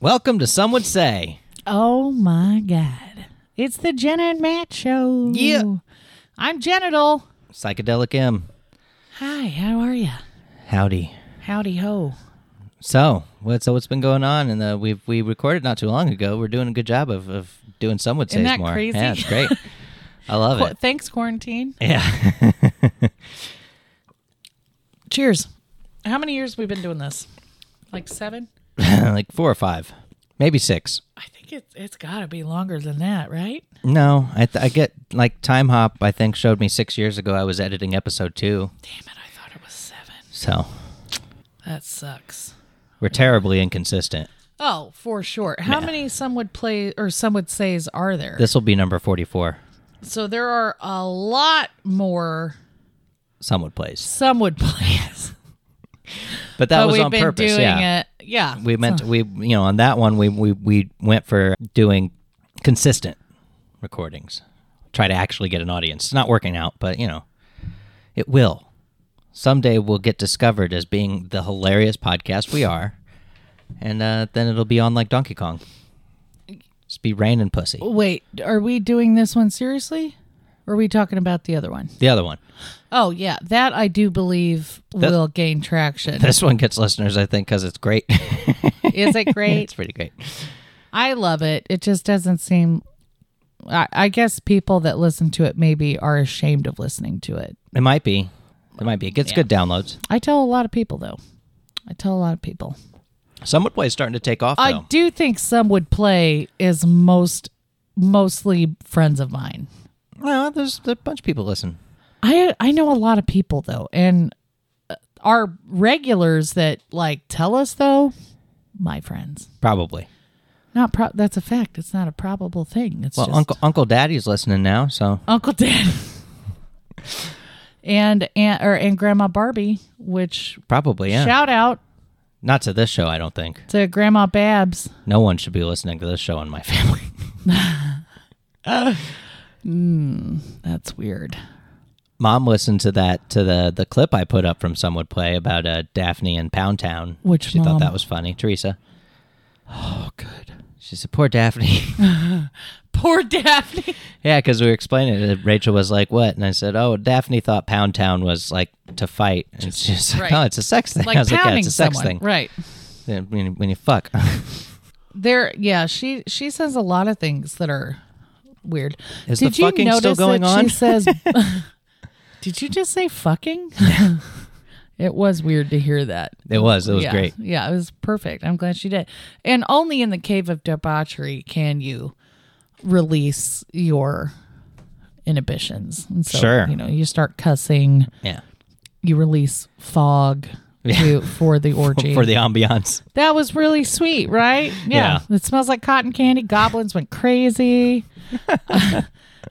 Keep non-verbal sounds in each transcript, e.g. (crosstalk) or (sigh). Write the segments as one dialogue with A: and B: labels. A: Welcome to Some Would Say.
B: Oh my God. It's the Jenna and Matt show.
A: Yeah.
B: I'm Genital.
A: Psychedelic M.
B: Hi, how are you?
A: Howdy.
B: Howdy ho.
A: So, what, so what's been going on? And uh, we we recorded not too long ago. We're doing a good job of, of doing Some Would Say
B: that
A: more.
B: crazy?
A: Yeah, it's
B: (laughs)
A: great. I love
B: Qu-
A: it.
B: thanks, quarantine.
A: Yeah. (laughs)
B: Cheers. How many years we've been doing this? Like seven?
A: like four or five, maybe six.
B: I think it's it's got to be longer than that, right?
A: No, I, th- I get like Time Hop, I think, showed me six years ago I was editing episode two.
B: Damn it! I thought it was seven.
A: So,
B: That sucks.
A: we're terribly inconsistent.
B: Oh, for sure. How many some would play or some would says are there?
A: This will be number 44.
B: so there are a lot more
A: Some would place.
B: some would (laughs) plays.
A: But that
B: but
A: was
B: we've
A: on
B: been
A: purpose.
B: doing
A: yeah.
B: it. Yeah,
A: we meant we you know on that one we we we went for doing consistent recordings try to actually get an audience it's not working out but you know it will someday we'll get discovered as being the hilarious podcast we are and uh, then it'll be on like donkey kong just be rain and pussy
B: Wait, are we doing this one seriously? Or are we talking about the other one?
A: the other one (laughs)
B: Oh yeah, that I do believe will gain (laughs) traction.
A: this one gets listeners i think because it's great (laughs)
B: Is (laughs) it
A: it's
B: great?
A: pretty great
B: I love it. It just doesn't seem. I, I guess people that listen to it maybe are ashamed of listening to it.
A: it might be it might be it gets good downloads
B: I tell a lot of people though. I tell a lot of people.
A: some would play is starting to take off though
B: I do think some would play is most mostly friends of mine.
A: well there's, there's a bunch of people listen
B: I I know a lot of people though, and uh, our regulars that like tell us though, my friends.
A: probably
B: Not pro- that's a fact. It's not a probable thing. It's
A: Well,
B: just
A: Uncle Uncle Daddy's listening now, so
B: Uncle Dan and Aunt or and Grandma Barbie, which
A: probably yeah.
B: shout out
A: Not to this show, I don't think.
B: to Grandma Babs.
A: No one should be listening to this show in my (laughs) family.
B: That's weird.
A: Mom listened to that to the the clip I put up from Some Would Play about uh, Daphne and Pound Town.
B: Which
A: she
B: mom?
A: thought that was funny. Teresa.
B: Oh, good.
A: She said, "Poor Daphne." (laughs)
B: Poor Daphne.
A: yeah, because we were explaining it. and Rachel was like, "What?" And I said, "Oh, Daphne thought Pound Town was like to fight." And she's like,
B: right.
A: "No, it's a sex thing." (laughs)
B: Like
A: I was like,
B: pounding
A: "Yeah, it's a sex
B: someone.
A: thing."
B: Right.
A: Yeah, When, you- when you fuck, (laughs)
B: There. Yeah. She she says a lot of things that are weird.
A: Is the
B: Did you
A: fucking still
B: notice
A: going
B: that
A: on?
B: She
A: (laughs)
B: says. (laughs) Did you just say fucking? (laughs) it was weird to hear that.
A: it was it was
B: yeah,
A: great.
B: Yeah, it was perfect. I'm glad she did. And only in the cave of debauchery can you release your inhibitions. And so,
A: Sure.
B: You know, you start cussing,
A: Yeah,
B: you release fog to, for the
A: (laughs)
B: orgy.
A: for the ambiance.
B: that was really sweet, right? Yeah. It smells like cotton candy. Goblins
A: (laughs)
B: went crazy.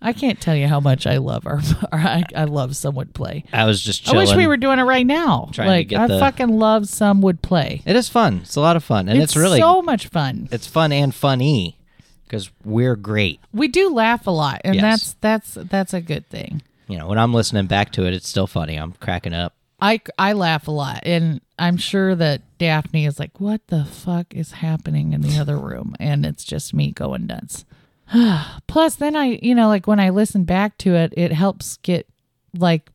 B: I can't tell you how much I love our, our (laughs) I, I love some would play.
A: I was just.
B: I
A: Chilling.
B: wish we were doing it right now.
A: Trying to
B: Like
A: get
B: I
A: the-
B: fucking love some would play.
A: It is fun. It's a lot of fun, and it's, really
B: so much fun.
A: it's fun and funny because we're great.
B: We do laugh a lot, and
A: Yes.
B: that's that's that's a good thing.
A: You know, when I'm listening back to it, it's still funny. I'm cracking up.
B: I I laugh a lot, and I'm sure that Daphne is like, "What the fuck is happening in the other room?" And it's just me going nuts. (sighs) Plus, then I you know like when I listen back to it, it helps get like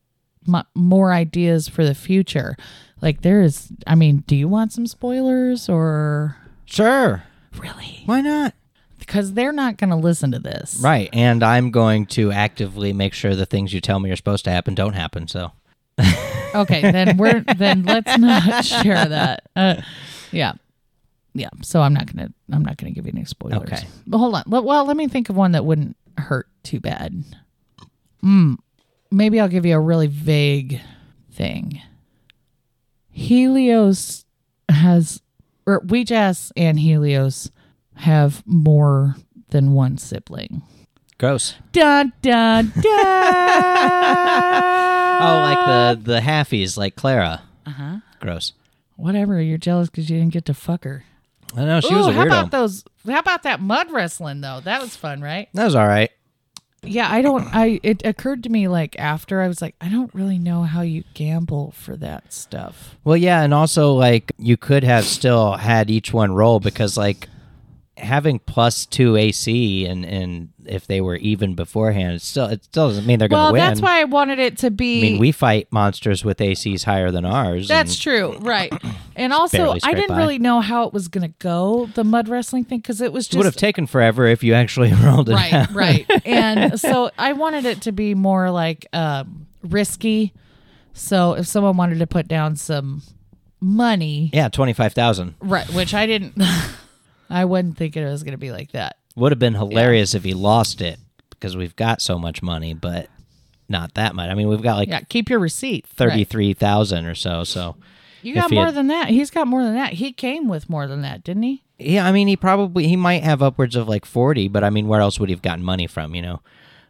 B: my, more ideas for the future. Like there is, I mean, do you want some spoilers or
A: Sure,
B: really?
A: why not?
B: Because they're not going to listen to this.
A: Right, and I'm going to actively make sure the things you tell me are supposed to happen don't happen. So
B: Okay, then we're then let's not (laughs) share that. Uh, yeah, yeah. So I'm not gonna I'm not gonna give you any spoilers.
A: Okay.
B: But hold on. Let- Well, let me think of one that wouldn't hurt too bad. Mm, maybe I'll give you a really vague thing. Helios has, or Weejas and Helios have more than one sibling.
A: gross.
B: Dun dun dun.
A: Oh, like the the halfies, like Clara. Uh huh.
B: Uh-huh.
A: Gross.
B: Whatever. You're jealous because you didn't get to fuck her.
A: I know she was
B: Ooh,
A: a
B: how
A: weirdo.
B: about those? How about that mud wrestling though? That was fun, right?
A: that was all right.
B: Yeah, I don't. I it occurred to me like after I was like, I don't really know how you gamble for that stuff.
A: Well, yeah, and also like you could have still had each one roll because like having plus two AC and and if they were even beforehand, it still it still doesn't mean they're
B: well,
A: going to win.
B: that's why I wanted it to be.
A: I mean, we fight monsters with ACs higher than ours.
B: That's
A: and
B: true, right? And also,
A: barely
B: I
A: scraped
B: didn't
A: by.
B: really know how it was going to go the mud wrestling thing because it was
A: it would have
B: just
A: taken forever if you actually (laughs) rolled it.
B: right,
A: out.
B: right. And so I wanted it to be more like um, risky. So if someone wanted to put down some money,
A: (laughs) Yeah, twenty five thousand
B: right, which I (laughs) didn't, I wasn't thinking it was going to be like that.
A: would have been hilarious if he lost it because we've got so much money, but not that much. I mean, we've got like
B: Yeah, keep your receipt. Right.
A: thirty three thousand or so. So
B: You
A: if
B: got
A: he
B: more
A: had-
B: than that. He's got more than that. He came with more than that, didn't he?
A: yeah, I mean, he probably he might have upwards of like forty, but I mean, where else would he have gotten money from? You know,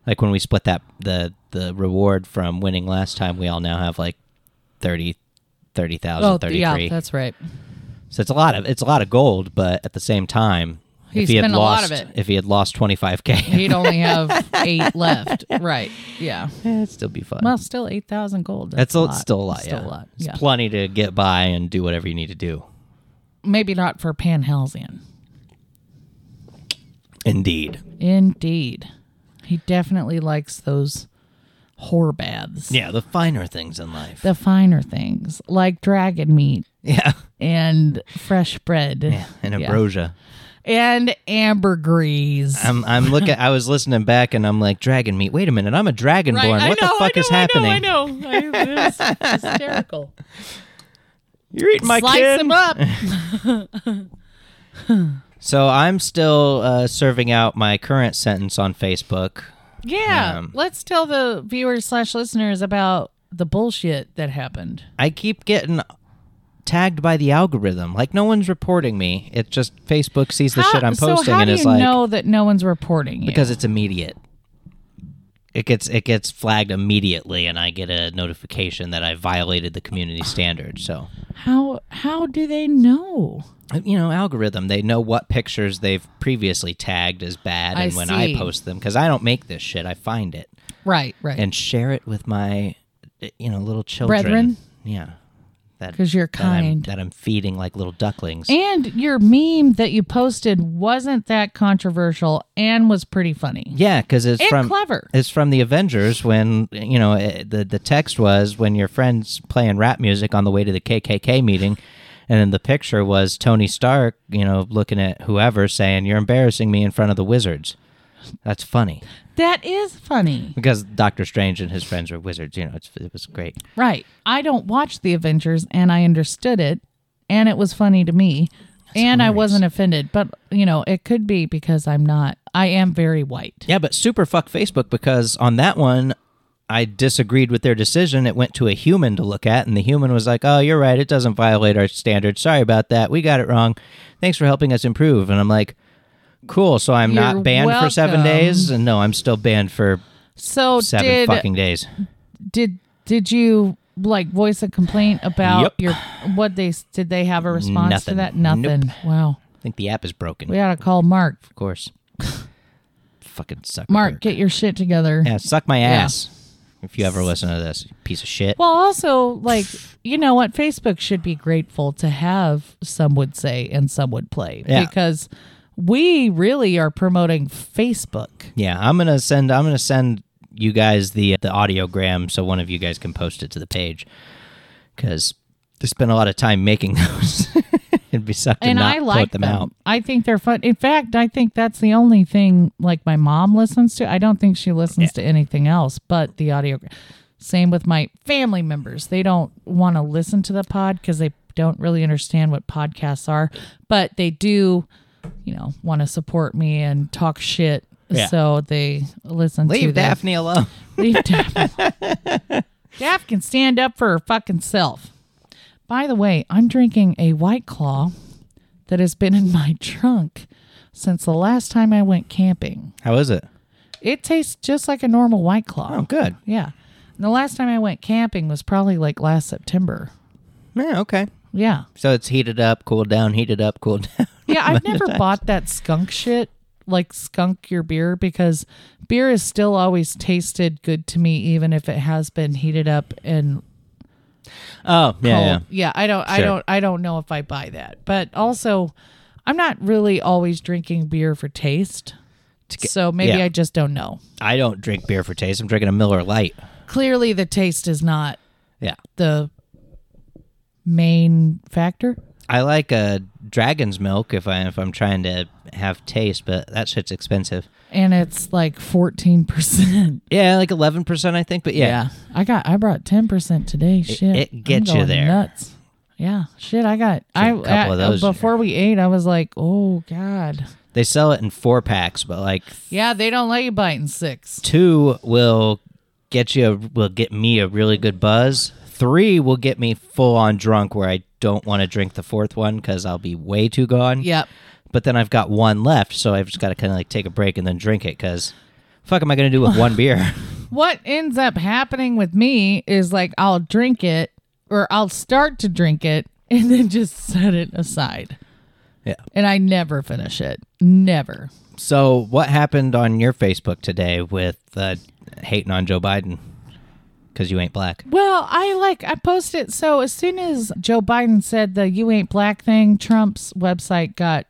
A: like when we split that the the reward from winning last time, we all now have like 30 30,000,
B: Oh,
A: 33.
B: yeah, that's right.
A: So it's a lot of it's a lot of gold, but at the same time,
B: He
A: if he had
B: spent a lot
A: lost,
B: of it.
A: if he had lost twenty five k,
B: He'd only (laughs) have eight left. Right. Yeah.
A: (laughs) it'd still be fun.
B: Well, still eight thousand gold.
A: that's
B: That's,
A: still, still a lot.
B: Still
A: yeah,
B: a lot.
A: it's
B: yeah.
A: plenty to get by and do whatever you need to do.
B: Maybe not for Panhalsian.
A: Indeed.
B: Indeed, he definitely likes those whore baths.
A: Yeah, the finer things in life.
B: The finer things like dragon meat
A: yeah, (laughs)
B: and fresh bread
A: and
B: Yeah.
A: ambrosia.
B: and ambergrease.
A: I'm I'm looking. I was listening back, and I'm like, dragon meat. Wait a minute, I'm a dragonborn.
B: Right, I
A: What
B: know,
A: the fuck
B: I
A: is
B: know,
A: happening?
B: I know. I know. I,
A: (laughs)
B: it was hysterical.
A: You're eating my
B: Slice
A: kid.
B: them
A: (laughs)
B: up.
A: So I'm still uh, serving out my current sentence on Facebook.
B: Yeah.
A: Um,
B: Let's tell the viewers slash listeners about the bullshit that happened.
A: I keep getting tagged by the algorithm. Like no one's reporting me. It's just Facebook sees the
B: How-
A: shit I'm posting
B: so how
A: and
B: do
A: is
B: you
A: like
B: know that no one's reporting you?
A: because it's immediate. It gets it gets flagged immediately, and I get a notification that I violated the community standard. So
B: how how do they know?
A: you know, algorithm. They know what pictures they've previously tagged as bad,
B: I
A: and when I
B: see.
A: post them, because I don't make this shit, I find it
B: Right, right.
A: and share it with my, eh, you know, little children.
B: Brethren?
A: Yeah, that
B: 'Cause you're
A: that I'm-
B: kind.
A: that I'm feeding like little ducklings.
B: And your meme that you posted wasn't that controversial and was pretty funny.
A: Yeah, because it's
B: And
A: from
B: clever.
A: It's from the Avengers when you know it, the the text was when your friends playing rap music on the way to the KKK meeting, and then the picture was Tony Stark, you know, looking at whoever saying you're embarrassing me in front of the wizards. That's funny
B: That is funny.
A: because Doctor Strange and his friends are wizards. You know, it's, it was great.
B: Right. I don't watch the Avengers and I understood it and it was funny to me. and I wasn't offended, but you know, it could be because I'm not I am very white.
A: Yeah, but super fuck Facebook because on that one. I disagreed with their decision. It went to a human to look at, and the human was like, "Oh, you're right. It doesn't violate our standards. Sorry about that. We got it wrong. Thanks for helping us improve." And I'm like, "Cool. So I'm
B: You're
A: not banned for seven
B: welcome.
A: days, and no, I'm still banned for
B: So
A: seven
B: did
A: fucking days."
B: did did you like voice a complaint about
A: Yep.
B: your what they did they have a response to
A: Nothing.
B: that? Nothing. Wow.
A: I think the app is broken.
B: We ought to call Mark.
A: Of course. (laughs) fucking sucker.
B: Mark, get your shit together.
A: yeah, suck my ass. If you ever listen to this, you piece of shit.
B: Well, also, like, you know what? Facebook should be grateful to have, some would say, and some would play,
A: Yeah.
B: because we really are promoting Facebook.
A: yeah, I'm gonna send. I'm gonna send you guys the the audiogram so one of you guys can post it to the page because they spent a lot of time making (laughs) those. It'd be suck to
B: and
A: not
B: I like
A: put them, out.
B: I think they're fun. In fact, I think that's the only thing like my mom listens to. I don't think she listens to anything else but the audio. Same with my family members. They don't want to listen to the pod because they don't really understand what podcasts are, but they do, you know, want to support me and talk shit.
A: Yeah.
B: So they listen to
A: Leave
B: the-
A: Daphne alone.
B: Leave Daph. Daph can stand up for her fucking self. By the way, I'm drinking a White Claw that has been in my trunk since the last time I went camping.
A: How is it?
B: It tastes just like a normal White Claw.
A: Oh, good.
B: Yeah. And the last time I went camping was probably like last September.
A: Yeah, okay.
B: Yeah.
A: So it's heated up, cooled down, heated up, cooled (laughs) down.
B: Yeah, I've never bought that skunk shit, like skunk your beer, because beer has still always tasted good to me, even if it has been heated up and
A: oh, yeah, yeah.
B: cold. I don't I
A: Sure.
B: don't I don't know if I buy that. But also I'm not really always drinking beer for taste. so maybe
A: yeah.
B: I just don't know.
A: I don't drink beer for taste. I'm drinking a Miller Light.
B: Clearly, the taste is not
A: Yeah.
B: the main factor.
A: I like uh, dragon's milk if I if I'm trying to have taste, but that shit's expensive.
B: And it's like 14%.
A: Yeah, like eleven percent, I think. But yeah,
B: I got, I brought 10% today. Shit.
A: it
B: I'm
A: gets you
B: going
A: there.
B: Nuts. Yeah. Shit. I got, I,
A: Drink a couple of
B: I-
A: those in
B: before we ate, I was like, oh God.
A: they sell it in four packs, but like
B: Yeah. They don't let you bite in six.
A: two will get you a, will get me a really good buzz. Three will get me full on drunk where I don't want to drink the fourth one because I'll be way too gone.
B: Yep.
A: But then I've got one left, so I've just got to kind of like take a break and then drink it because fuck am I going to do with one beer?
B: what ends up happening with me is like I'll drink it or I'll start to drink it (laughs) and then just set it aside.
A: Yeah.
B: And I never finish it. Never.
A: So, what happened on your Facebook today with uh, hating on Joe Biden because you ain't black?
B: Well, I like I posted so as soon as Joe Biden said the you ain't black thing, Trump's website got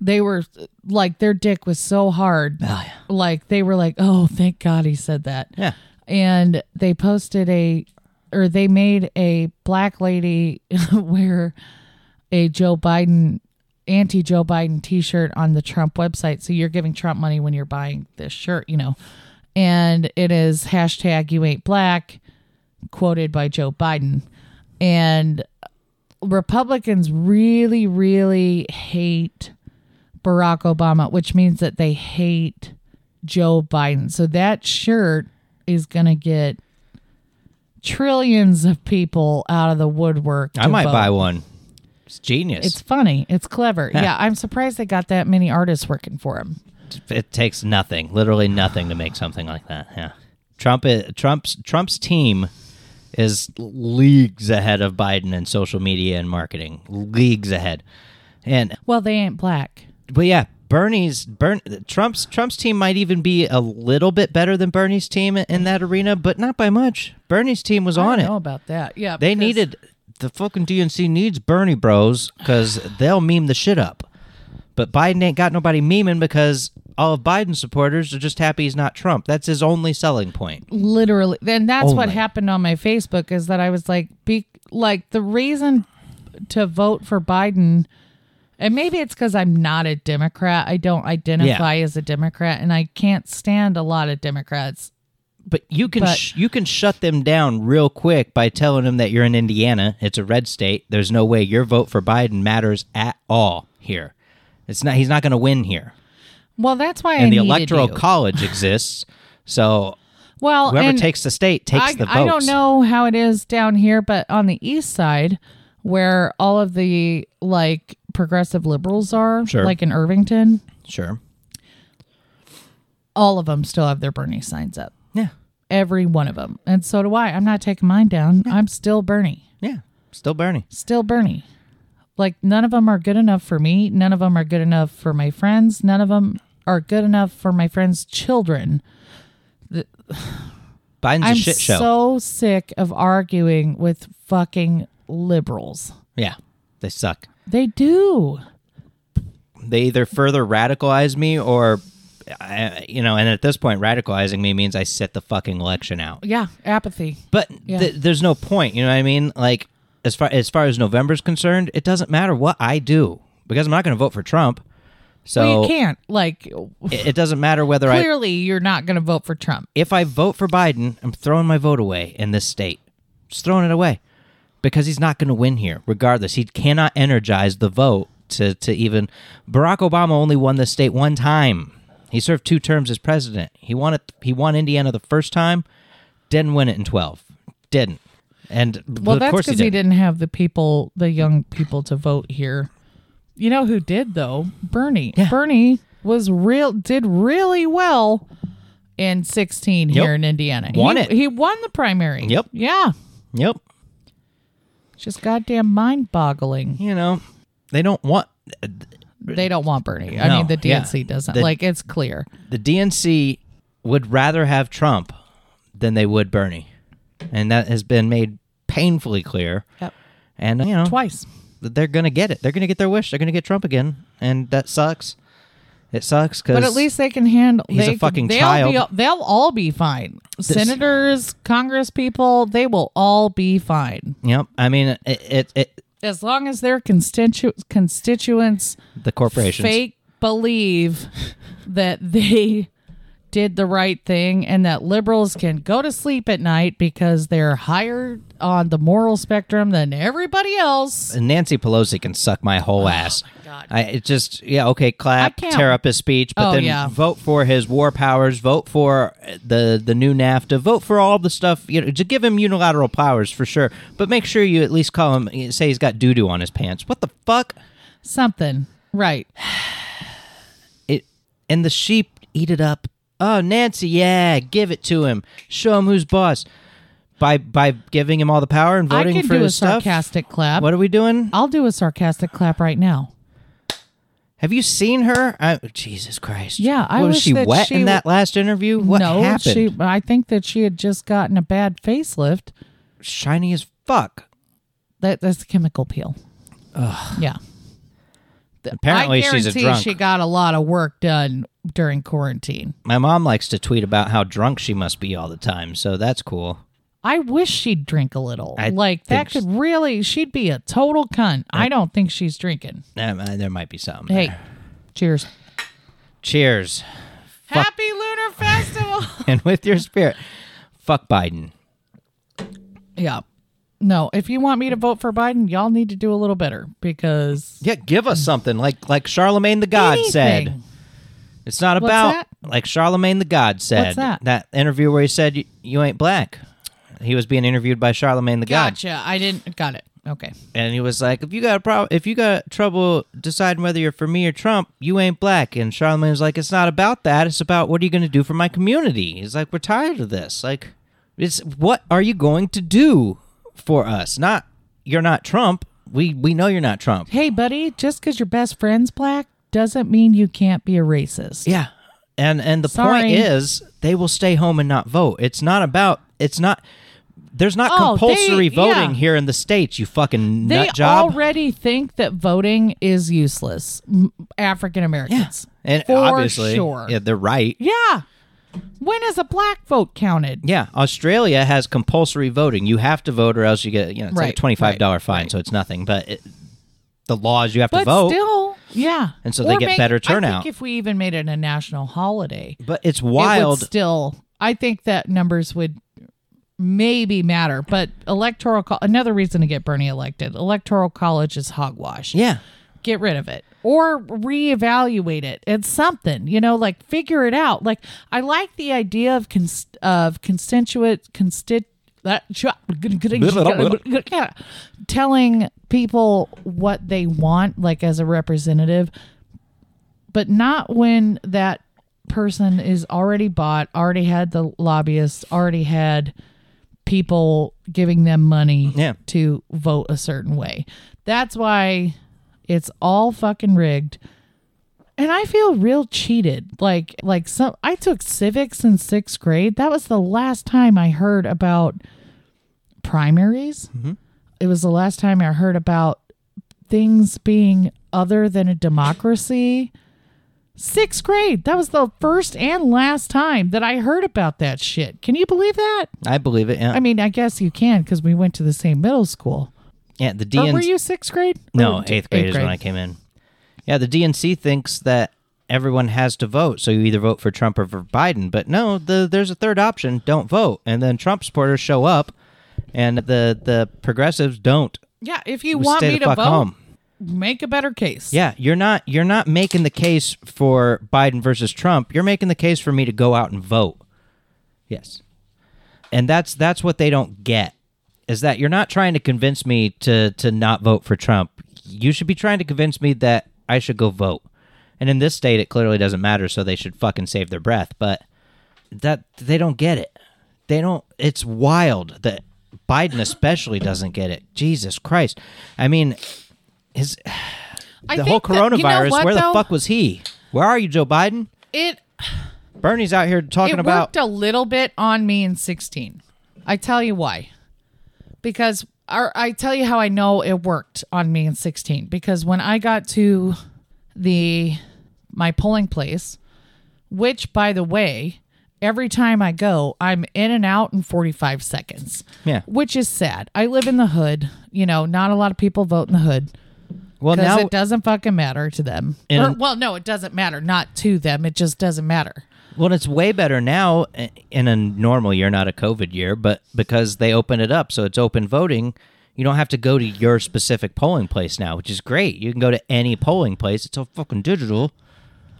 B: they were like their dick was so hard. Like they were like, "Oh, thank God he said that."
A: Yeah.
B: and they posted a or they made a black lady (laughs) wear a Joe Biden anti Joe Biden t-shirt on the Trump website so you're giving Trump money when you're buying this shirt you know and it is hashtag you ain't black quoted by Joe Biden and Republicans really really hate Barack Obama which means that they hate Joe Biden. So that shirt is going to get trillions of people out of the woodwork.
A: I
B: to
A: might
B: vote.
A: buy one. It's genius.
B: It's funny. It's clever. yeah, I'm surprised they got that many artists working for him.
A: it takes nothing, literally nothing, to make something like that. Yeah. Trump, i- Trump's Trump's team is leagues ahead of Biden in social media and marketing, leagues ahead. And
B: Well, they ain't black.
A: but yeah, Bernie's Bern, Trump's Trump's team might even be a little bit better than Bernie's team in that arena, but not by much. Bernie's team was
B: I
A: on
B: don't
A: it.
B: know about that. Yeah.
A: They
B: because-
A: needed the fucking DNC needs Bernie Bros because they'll meme the shit up. But Biden ain't got nobody memeing because all of Biden's supporters are just happy he's not Trump. That's his only selling point.
B: literally then that's what
A: Only.
B: happened on my facebook is that i was like be like the reason to vote for biden and maybe it's because i'm not a democrat i don't identify as a democrat and i can't stand a lot of democrats
A: But you can
B: But-
A: sh- you can shut them down real quick by telling them that you're in Indiana. It's a red state. There's no way your vote for Biden matters at all here. It's not. He's not going to win here.
B: well that's why I
A: And the
B: needed
A: electoral
B: you.
A: college exists. So
B: well
A: whoever
B: and
A: takes the state takes
B: I,
A: the votes.
B: I don't know how it is down here but on the east side where all of the like progressive liberals are
A: Sure.
B: like in irvington
A: Sure.
B: all of them still have their bernie signs up
A: Yeah.
B: every one of them. And so do I. I'm not taking mine down.
A: Hmm.
B: I'm still Bernie.
A: Yeah. Still Bernie.
B: Still Bernie. Like none of them are good enough for me. None of them are good enough for my friends. None of them are good enough for my friends' children.
A: Biden's
B: I'm
A: a shit show.
B: so sick of arguing with fucking liberals.
A: Yeah, they suck.
B: They do.
A: They either further radicalize me or, I, you know, and at this point, radicalizing me means I sit the fucking election out.
B: Yeah, apathy.
A: But
B: Yeah.
A: th- there's no point. You know what I mean? Like as far as far as November's concerned, it doesn't matter what I do because I'm not going to vote for Trump.
B: Well,
A: So
B: you can't like
A: it, it doesn't matter whether I
B: clearly you're not going to vote for Trump.
A: if I vote for Biden, I'm throwing my vote away in this state. Just throwing it away because he's not going to win here, regardless. He cannot energize the vote to, to even. Barack Obama only won this state one time. He served two terms as president. He won it. He won Indiana the first time, didn't win it in twelve. Didn't. And
B: Well,
A: of
B: that's
A: course he
B: because he
A: didn't.
B: didn't have the people, the young people, to vote here. You know who did though? Bernie. Bernie was real, did really well in sixteen
A: Yep.
B: here in Indiana.
A: Won
B: he,
A: it.
B: He won the primary.
A: Yep.
B: Yeah.
A: Yep.
B: It's Just goddamn mind-boggling.
A: You know, they don't want
B: They don't want Bernie. I
A: No,
B: mean, the
A: yeah.
B: DNC doesn't.
A: The-
B: like, it's clear.
A: the DNC would rather have Trump than they would Bernie, and that has been made painfully clear.
B: Yep.
A: And uh, you know,
B: Twice.
A: they're gonna get it. They're gonna get their wish. They're gonna get Trump again, and that sucks. It sucks because
B: But at least they can handle.
A: he's
B: they
A: a
B: can-
A: fucking
B: they'll
A: child.
B: Be, they'll all be fine. Senators, Congress people, they will all be fine
A: Yep. I mean, it, it, it
B: as long as their constitu- constituents
A: the corporations.
B: fake believe that they did the right thing and that liberals can go to sleep at night because they're higher on the moral spectrum than everybody else.
A: And Nancy Pelosi can suck my whole ass.
B: Oh God.
A: I it just yeah okay clap
B: can't-
A: tear up his speech, but
B: Oh,
A: then
B: yeah.
A: vote for his war powers, vote for uh, the the new NAFTA, vote for all the stuff you know to give him unilateral powers for sure. But make sure you at least call him say he's got doo doo on his pants. What the fuck?
B: Something. Right.
A: It and the sheep eat it up. Oh Nancy, yeah, give it to him. Show him who's boss. By by giving him all the power and
B: I
A: voting
B: can
A: for
B: do a
A: his stuff.
B: sarcastic clap.
A: What are we doing?
B: I'll do a sarcastic clap right now.
A: Have you seen her? I, Jesus Christ!
B: Yeah, I
A: What, was
B: wish
A: she
B: that
A: wet
B: she
A: in
B: w-
A: that last interview. What
B: no,
A: happened?
B: she I think that she had just gotten a bad facelift.
A: Shiny as fuck.
B: That that's chemical peel. Yeah. Th-
A: Apparently
B: I
A: she's a
B: guarantee
A: drunk.
B: She got a lot of work done during quarantine.
A: My mom likes to tweet about how drunk she must be all the time, so that's cool.
B: I wish she'd drink a little.
A: I
B: like that
A: think
B: could really she'd be a total cunt. I, don't think she's drinking.
A: Um, uh, there might be some. (sighs)
B: Hey,
A: there.
B: cheers.
A: cheers, (laughs)
B: Happy Lunar Festival. (laughs)
A: and with your spirit, fuck Biden.
B: yeah. No, if you want me to vote for Biden, y'all need to do a little better because
A: Yeah, give us something like like Charlemagne the God said.
B: anything.
A: It's not
B: What's
A: about
B: that?
A: like Charlemagne the God said
B: What's that?
A: interview where he said you, you ain't black. He was being interviewed by Charlemagne the God.
B: Gotcha. I didn't got it. Okay.
A: and he was like, "If you got a problem, if you got trouble deciding whether you're for me or Trump, you ain't black." And Charlemagne was like, "It's not about that. It's about what are you going to do for my community." He's like, "We're tired of this. Like, it's what are you going to do for us? Not you're not Trump. We we know you're not Trump.
B: Hey, buddy, just because your best friend's black doesn't mean you can't be a racist.
A: Yeah. And and the
B: Sorry.
A: point is, they will stay home and not vote. It's not about. It's not. There's not
B: Oh, they-
A: compulsory voting
B: yeah.
A: here in the states. You fucking
B: They
A: nut job.
B: already think that voting is useless. African Americans,
A: and
B: for
A: obviously,
B: sure.
A: yeah, they're right.
B: Yeah. When is a black vote counted?
A: Yeah, Australia has compulsory voting. You have to vote, or else you get you know it's like
B: Right,
A: a twenty five dollar fine, so it's nothing. But it, the law is you have
B: But
A: to vote.
B: still, yeah.
A: And so they
B: Or
A: get better
B: I think
A: turnout.
B: if we even made it a national holiday,
A: but it's
B: it would
A: wild.
B: still. I think that numbers would maybe matter, but electoral co- another reason to get Bernie elected. Electoral college is hogwash.
A: yeah,
B: get rid of it or reevaluate it. It's something, you know, like figure it out. Like I like the idea of cons- of constituent constit uh, that (laughs) telling people what they want like as a representative but not when that person is already bought already had the lobbyists already had people giving them money
A: Yeah.
B: to vote a certain way. That's why it's all fucking rigged. And I feel real cheated. Like like some I took civics in 6th grade. That was the last time I heard about primaries. It was the last time I heard about things being other than a democracy. Sixth grade. That was the first and last time that I heard about that shit. Can you believe that?
A: I believe it. Yeah,
B: I mean, I guess you can because we went to the same middle school.
A: yeah the
B: Or were
A: DNC.
B: you sixth grade? Oh, Or
A: no,
B: d-
A: eighth grade is when I came in. Yeah, the DNC thinks that everyone has to vote, so you either vote for Trump or for Biden. But no, the, there's a third option: don't vote. And then Trump supporters show up, and the the progressives don't.
B: Yeah, if you want
A: stay
B: me
A: the
B: to
A: fuck
B: vote,
A: home.
B: make a better case.
A: Yeah, you're not you're not making the case for Biden versus Trump. You're making the case for me to go out and vote. Yes. And that's that's what they don't get is that you're not trying to convince me to to not vote for Trump. You should be trying to convince me that I should go vote. And in this state it clearly doesn't matter so they should fucking save their breath, but that they don't get it. They don't it's wild that Biden especially doesn't get it. Jesus Christ. I mean his
B: I
A: the whole
B: think that-
A: coronavirus.
B: you know what,
A: where
B: though?
A: the fuck was he? Where are you, Joe Biden?
B: it?
A: Bernie's out here talking
B: It
A: about
B: worked a little bit on me in sixteen. I tell you why, because or I tell you how I know it worked on me in 16 because when I got to the my polling place, which by the way, every time I go, I'm in and out in 45 seconds.
A: Yeah.
B: Which is sad. I live in the hood, you know, not a lot of people vote in the hood.
A: Well,
B: Because
A: now
B: it doesn't fucking matter to them.
A: And-
B: Or, well, no, it doesn't matter. Not to them. It just doesn't matter.
A: Well, it's way better now i- in a normal year, not a COVID year, but because they open it up, so it's open voting. You don't have to go to your specific polling place now, which is great. You can go to any polling place. It's all fucking digital,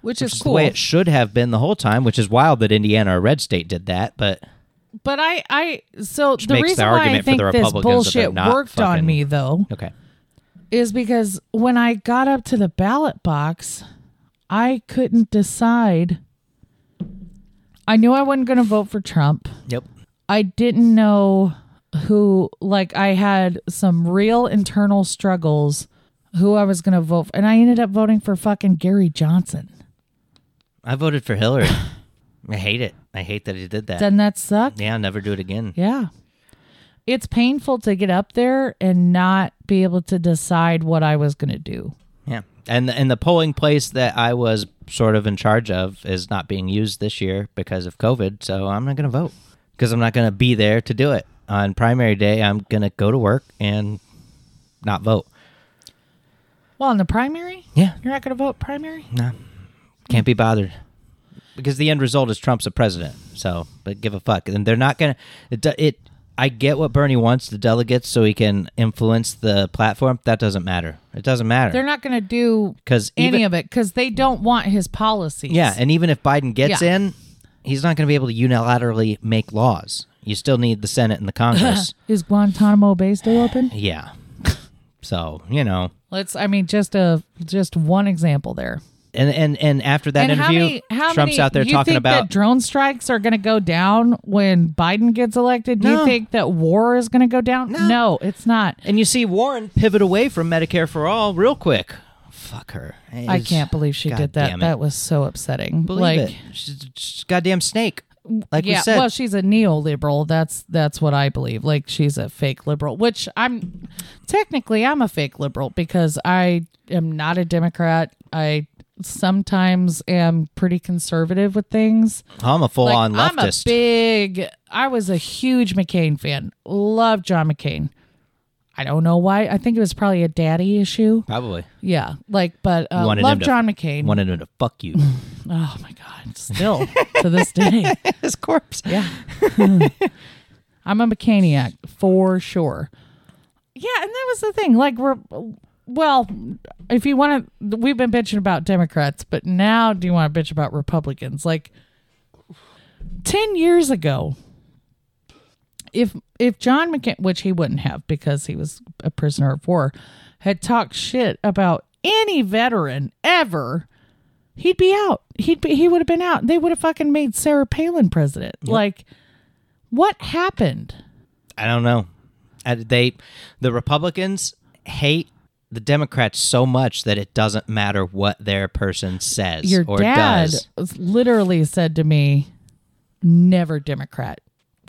B: Which,
A: which
B: is
A: is
B: cool.
A: the way it should have been the whole time. Which is wild that Indiana, a red state, did that. But
B: but I, I, so the
A: makes the
B: reason why I
A: argument for
B: think
A: the
B: this
A: Republicans that they're
B: bullshit
A: not
B: worked on
A: fucking-
B: me though
A: okay,
B: is because when I got up to the ballot box, I couldn't decide. I knew I wasn't going to vote for Trump.
A: yep,
B: I didn't know who, like, I had some real internal struggles who I was going to vote for. And I ended up voting for fucking Gary Johnson.
A: I voted for Hillary. (laughs) I hate it. I hate that he did that.
B: Doesn't that suck?
A: yeah, I'll never do it again.
B: Yeah. It's painful to get up there and not be able to decide what I was going to do.
A: Yeah, and and the polling place that I was sort of in charge of is not being used this year because of COVID. So I'm not going to vote because I'm not going to be there to do it on primary day. I'm going to go to work and not vote.
B: Well, in the primary?
A: Yeah,
B: You're not going to vote primary?
A: nah, can't be bothered because the end result is Trump's a president. So, but give a fuck. And they're not going to it. do- It. I get what Bernie wants the delegates so he can influence the platform. That doesn't matter. It doesn't matter.
B: They're not going to do
A: 'Cause
B: any
A: even-
B: of it because they don't want his policies.
A: Yeah, and even if Biden gets
B: Yeah.
A: in, he's not going to be able to unilaterally make laws. You still need the Senate and the
B: (laughs)
A: Congress.
B: Is Guantanamo Bay still open?
A: yeah. So, you know,
B: Let's. I mean, just a just one example there.
A: and and and after that
B: and
A: interview,
B: how many, how
A: Trump's
B: many-
A: out there
B: you
A: talking
B: think
A: about
B: that drone strikes are going to go down when Biden gets elected? Do
A: No.
B: you think that war is going to go down?
A: No.
B: it's not.
A: and you see Warren pivot away from Medicare for all real quick. Fuck her.
B: I can't believe she
A: God
B: did that.
A: damn it.
B: That was so upsetting.
A: believe
B: like,
A: it. She's, she's a goddamn snake. Like
B: yeah,
A: we said,
B: well, she's a neoliberal. That's that's what I believe. Like she's a fake liberal, which I'm technically I'm a fake liberal because I am not a Democrat. I sometimes am pretty conservative with things.
A: I'm a
B: Like,
A: full-on
B: I'm a
A: leftist.
B: big. I was a huge McCain fan. Love John McCain. I don't know why. I think it was probably a daddy issue.
A: Probably
B: Yeah, like, but uh,
A: wanted him
B: love
A: to-
B: John McCain.
A: wanted him to fuck
B: (laughs)
A: you.
B: oh my god, still (laughs) to this day.
A: His corpse.
B: Yeah. Hmm. I'm a mechaniac for sure. Yeah, and that was the thing. Like we're well, if you want to we've been bitching about Democrats, but now do you want to bitch about Republicans? Like 10 years ago, if if John McCain, which he wouldn't have because he was a prisoner of war, had talked shit about any veteran ever, he'd be out. He'd be he would have been out. They would have fucking made Sarah Palin president. Like, what happened?
A: I don't know. I- They, the Republicans hate the Democrats so much that it doesn't matter what their person says
B: Your
A: or
B: dad
A: does.
B: literally said to me, "Never Democrat."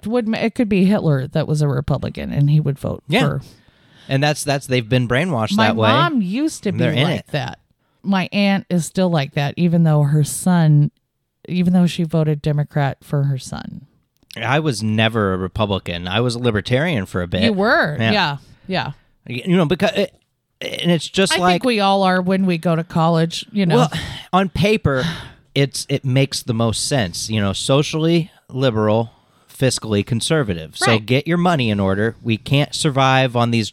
B: Would ma- it could be Hitler that was a Republican and he would vote
A: Yeah.
B: for
A: And that's that's they've been brainwashed
B: My
A: that way.
B: mom used to be
A: They're in
B: like
A: it.
B: that. My aunt is still like that, even though her son, even though she voted Democrat for her son.
A: I was never a Republican. I was a libertarian for a bit.
B: You were,
A: Yeah.
B: yeah, yeah.
A: you know, because it, and it's just
B: I
A: like
B: think we all are when we go to college. You know,
A: Well, on paper, it's it makes the most sense. You know, socially liberal, fiscally conservative. So
B: Right.
A: get your money in order. We can't survive on these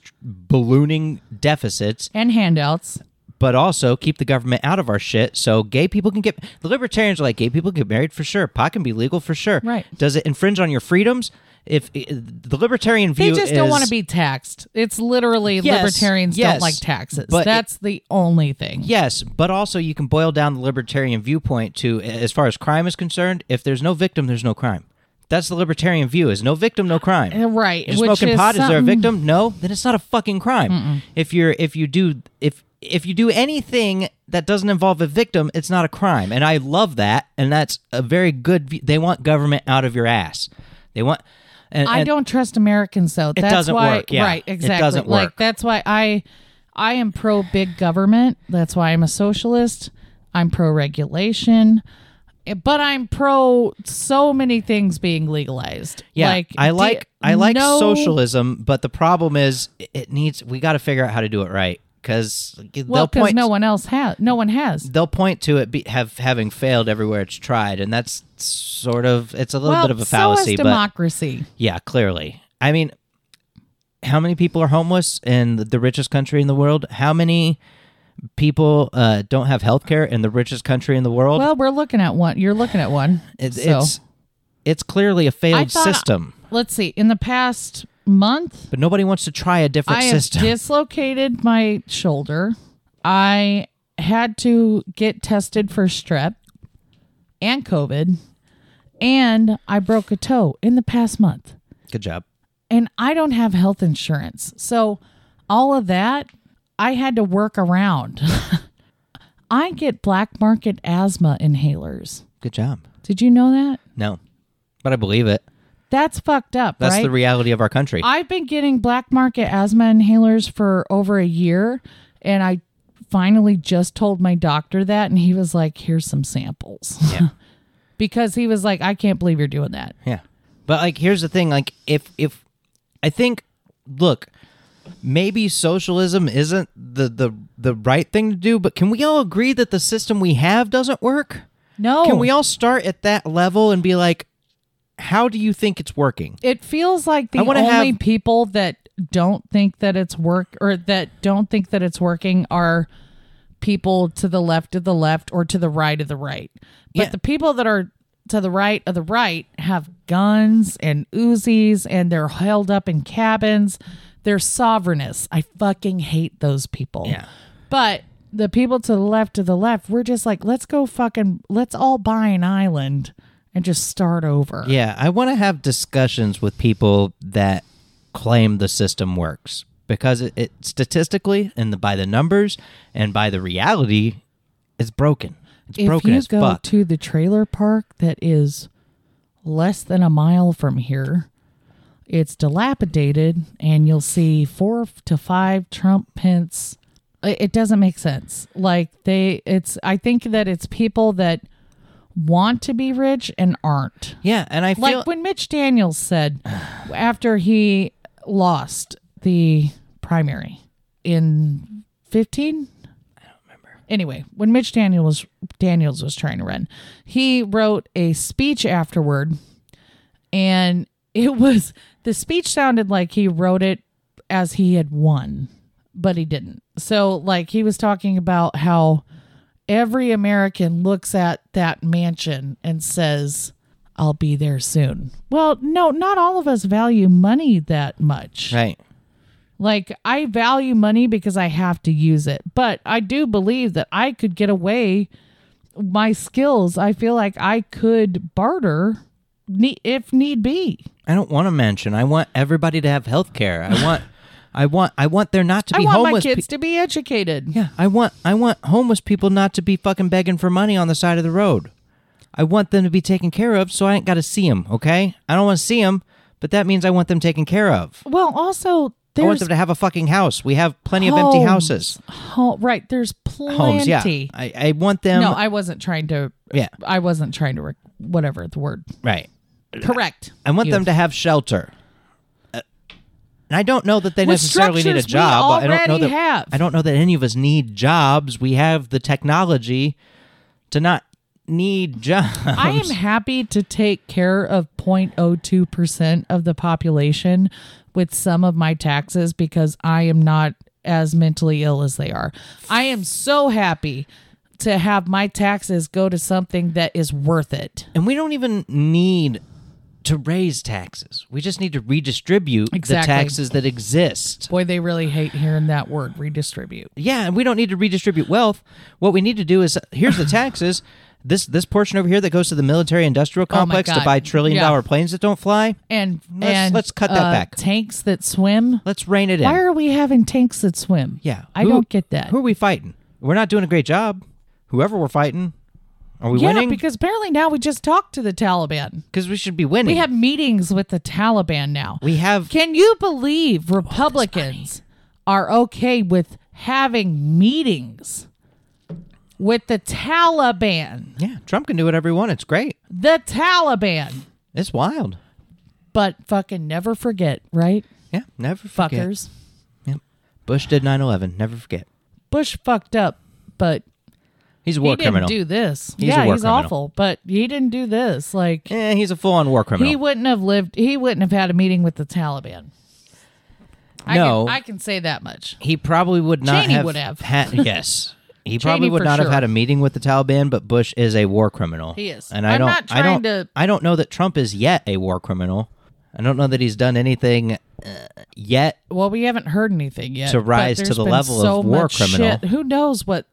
A: ballooning deficits,
B: and handouts.
A: but also keep the government out of our shit. So gay people can get the libertarians are like gay people get married for sure. Pot can be legal for sure.
B: Right.
A: Does it infringe on your freedoms? If eh, the libertarian
B: They
A: view
B: just don't
A: is-
B: want to be taxed. It's literally
A: Yes,
B: libertarians
A: yes,
B: don't like taxes.
A: but it-
B: That's the only thing.
A: Yes, but also you can boil down the libertarian viewpoint to as far as crime is concerned, if there's no victim, there's no crime. That's the libertarian view is no victim, no crime.
B: Uh, right,
A: You're
B: which
A: smoking
B: is
A: pot, is there a
B: something-
A: victim? No, then it's not a fucking crime. If you're if you do if if you do anything that doesn't involve a victim, it's not a crime. And I love that, and that's a very good view. They want government out of your ass. They want And,
B: I
A: and-
B: don't trust Americans though. That's
A: doesn't
B: why,
A: work, yeah.
B: Right,
A: It
B: exactly.
A: doesn't work.
B: Like that's why I I am pro big government. That's why I'm a socialist. I'm pro regulation. eh, But I'm pro so many things being legalized.
A: Yeah,
B: like
A: I
B: do-
A: like I like
B: no-
A: socialism, but the problem is it- it needs we got to figure out how to do it right because
B: Well,
A: they'll
B: because
A: point
B: no one else has. No one has.
A: they'll point to it be, have having failed everywhere it's tried, and that's sort of it's a little
B: well,
A: bit of a fallacy,
B: So is
A: but
B: democracy.
A: yeah, clearly. I mean, how many people are homeless in the richest country in the world? How many people uh, don't have health care in the richest country in the world?
B: Well, we're looking at one. You're looking at one.
A: It-
B: so.
A: It's it's clearly a
B: I
A: failed
B: thought-
A: system,
B: Let's see. In the past month,
A: but nobody wants to try a different
B: I have
A: system.
B: dislocated my shoulder. I had to get tested for strep and COVID, and I broke a toe in the past month.
A: Good job.
B: And I don't have health insurance. So, all of that I had to work around. (laughs) I get black market asthma inhalers.
A: Good job.
B: Did you know that?
A: No, but I believe it.
B: That's fucked up,
A: That's
B: right?
A: the reality of our country.
B: I've been getting black market asthma inhalers for over a year, and I finally just told my doctor that, and he was like, "Here's some samples,"
A: Yeah.
B: (laughs) because he was like, "I can't believe you're doing that."
A: yeah. But like, here's the thing. Like, if if I think, look, maybe socialism isn't the the the right thing to do. But can we all agree that the system we have doesn't work?
B: No,
A: Can we all start at that level and be like, how do you think it's working?
B: it feels like the
A: I wanna
B: only
A: have-
B: people that don't think that it's work or that don't think that it's working are people to the left of the left or to the right of the right. But
A: Yeah.
B: the people that are to the right of the right have guns and Uzis and they're held up in cabins. They're sovereignists. I fucking hate those people.
A: Yeah.
B: But the people to the left of the left, we're just like, let's go fucking, let's all buy an island and just start over.
A: Yeah, I want to have discussions with people that claim the system works because it, it statistically and the, by the numbers and by the reality, it's broken. It's
B: if
A: broken
B: you
A: as
B: go
A: fuck.
B: to the trailer park that is less than a mile from here it's dilapidated and you'll see four to five trump pence I- it doesn't make sense like they it's i think that it's people that want to be rich and aren't
A: yeah, and I feel
B: like when mitch daniels said (sighs) after he lost the primary in 15 anyway, when Mitch Daniels Daniels was trying to run, he wrote a speech afterward, and it was the speech sounded like he wrote it as he had won, but he didn't. So like he was talking about how every American looks at that mansion and says. I'll be there soon. Well, no, not all of us value money that much.
A: right.
B: Like I value money because I have to use it, but I do believe that I could get away my skills. I feel like I could barter ne- if need be.
A: I don't want to mention. I want everybody to have health care. I want, I want, I want there not to
B: I
A: be
B: want my
A: homeless.
B: kids to be educated.
A: pe- yeah, I want, I want homeless people not to be fucking begging for money on the side of the road. I want them to be taken care of, so I ain't got to see them. Okay, I don't want to see them, but that means I want them taken care of.
B: Well, also
A: I want
B: there's
A: them to have a fucking house. We have plenty of empty
B: homes.
A: houses.
B: Ho- right, there's plenty.
A: Homes, yeah. I, I want them.
B: No, I wasn't trying to
A: yeah,
B: I wasn't trying to rec- whatever the word.
A: right.
B: Correct.
A: I want
B: You.
A: them to have shelter. Uh, and I don't know that they
B: With
A: necessarily need a
B: structures we
A: job. I don't know
B: already
A: that
B: have.
A: I don't know that any of us need jobs. We have the technology to not need jobs.
B: I am happy to take care of 0.02% of the population with some of my taxes because I am not as mentally ill as they are. I am so happy to have my taxes go to something that is worth it.
A: and we don't even need to raise taxes. We just need to redistribute the
B: Exactly.
A: taxes that exist.
B: Boy, they really hate hearing that word redistribute.
A: yeah, and we don't need to redistribute wealth. What we need to do is here's the taxes. (laughs) This this portion over here that goes to the military industrial
B: Oh my
A: complex to
B: God.
A: buy trillion
B: Yeah.
A: dollar planes that don't fly.
B: And
A: Let's-
B: and
A: let's cut that
B: uh,
A: back.
B: Tanks that swim.
A: Let's rein it in.
B: Why are we having tanks that swim?
A: yeah,
B: I
A: Who-
B: don't get that.
A: Who are we fighting? We're not doing a great job. Whoever we're fighting, Are we
B: yeah,
A: winning?
B: because apparently now we just talk to the Taliban.
A: Because we should be winning.
B: We have meetings with the Taliban now.
A: We have-
B: Can you believe Republicans are okay with having meetings with the Taliban?
A: yeah, Trump can do whatever he wants. It's great.
B: The Taliban.
A: It's wild.
B: But fucking never forget, right?
A: Yeah, never forget.
B: Fuckers.
A: Yep. Bush did 9/11. Never forget.
B: Bush fucked up, but
A: He's a
B: he
A: war
B: didn't
A: criminal.
B: do this.
A: He's a
B: yeah,
A: war
B: he's
A: criminal.
B: awful, but he didn't do this. Like
A: Eh, he's a full-on war criminal.
B: He wouldn't have lived. He wouldn't have had a meeting with the Taliban. I
A: No.
B: can, I can say that much.
A: he probably would not
B: Cheney
A: have,
B: would have. (laughs)
A: had yes he probably would
B: for
A: not have
B: sure.
A: had a meeting with the taliban but bush is a war criminal
B: He is.
A: and i
B: I'm
A: don't
B: not
A: i don't
B: trying to-
A: i don't know that trump is yet a war criminal i don't know that he's done anything uh, yet
B: Well, we haven't heard anything yet.
A: To
B: but
A: rise to
B: there's
A: the
B: been
A: level of
B: so
A: war
B: much
A: criminal.
B: shit. Who knows what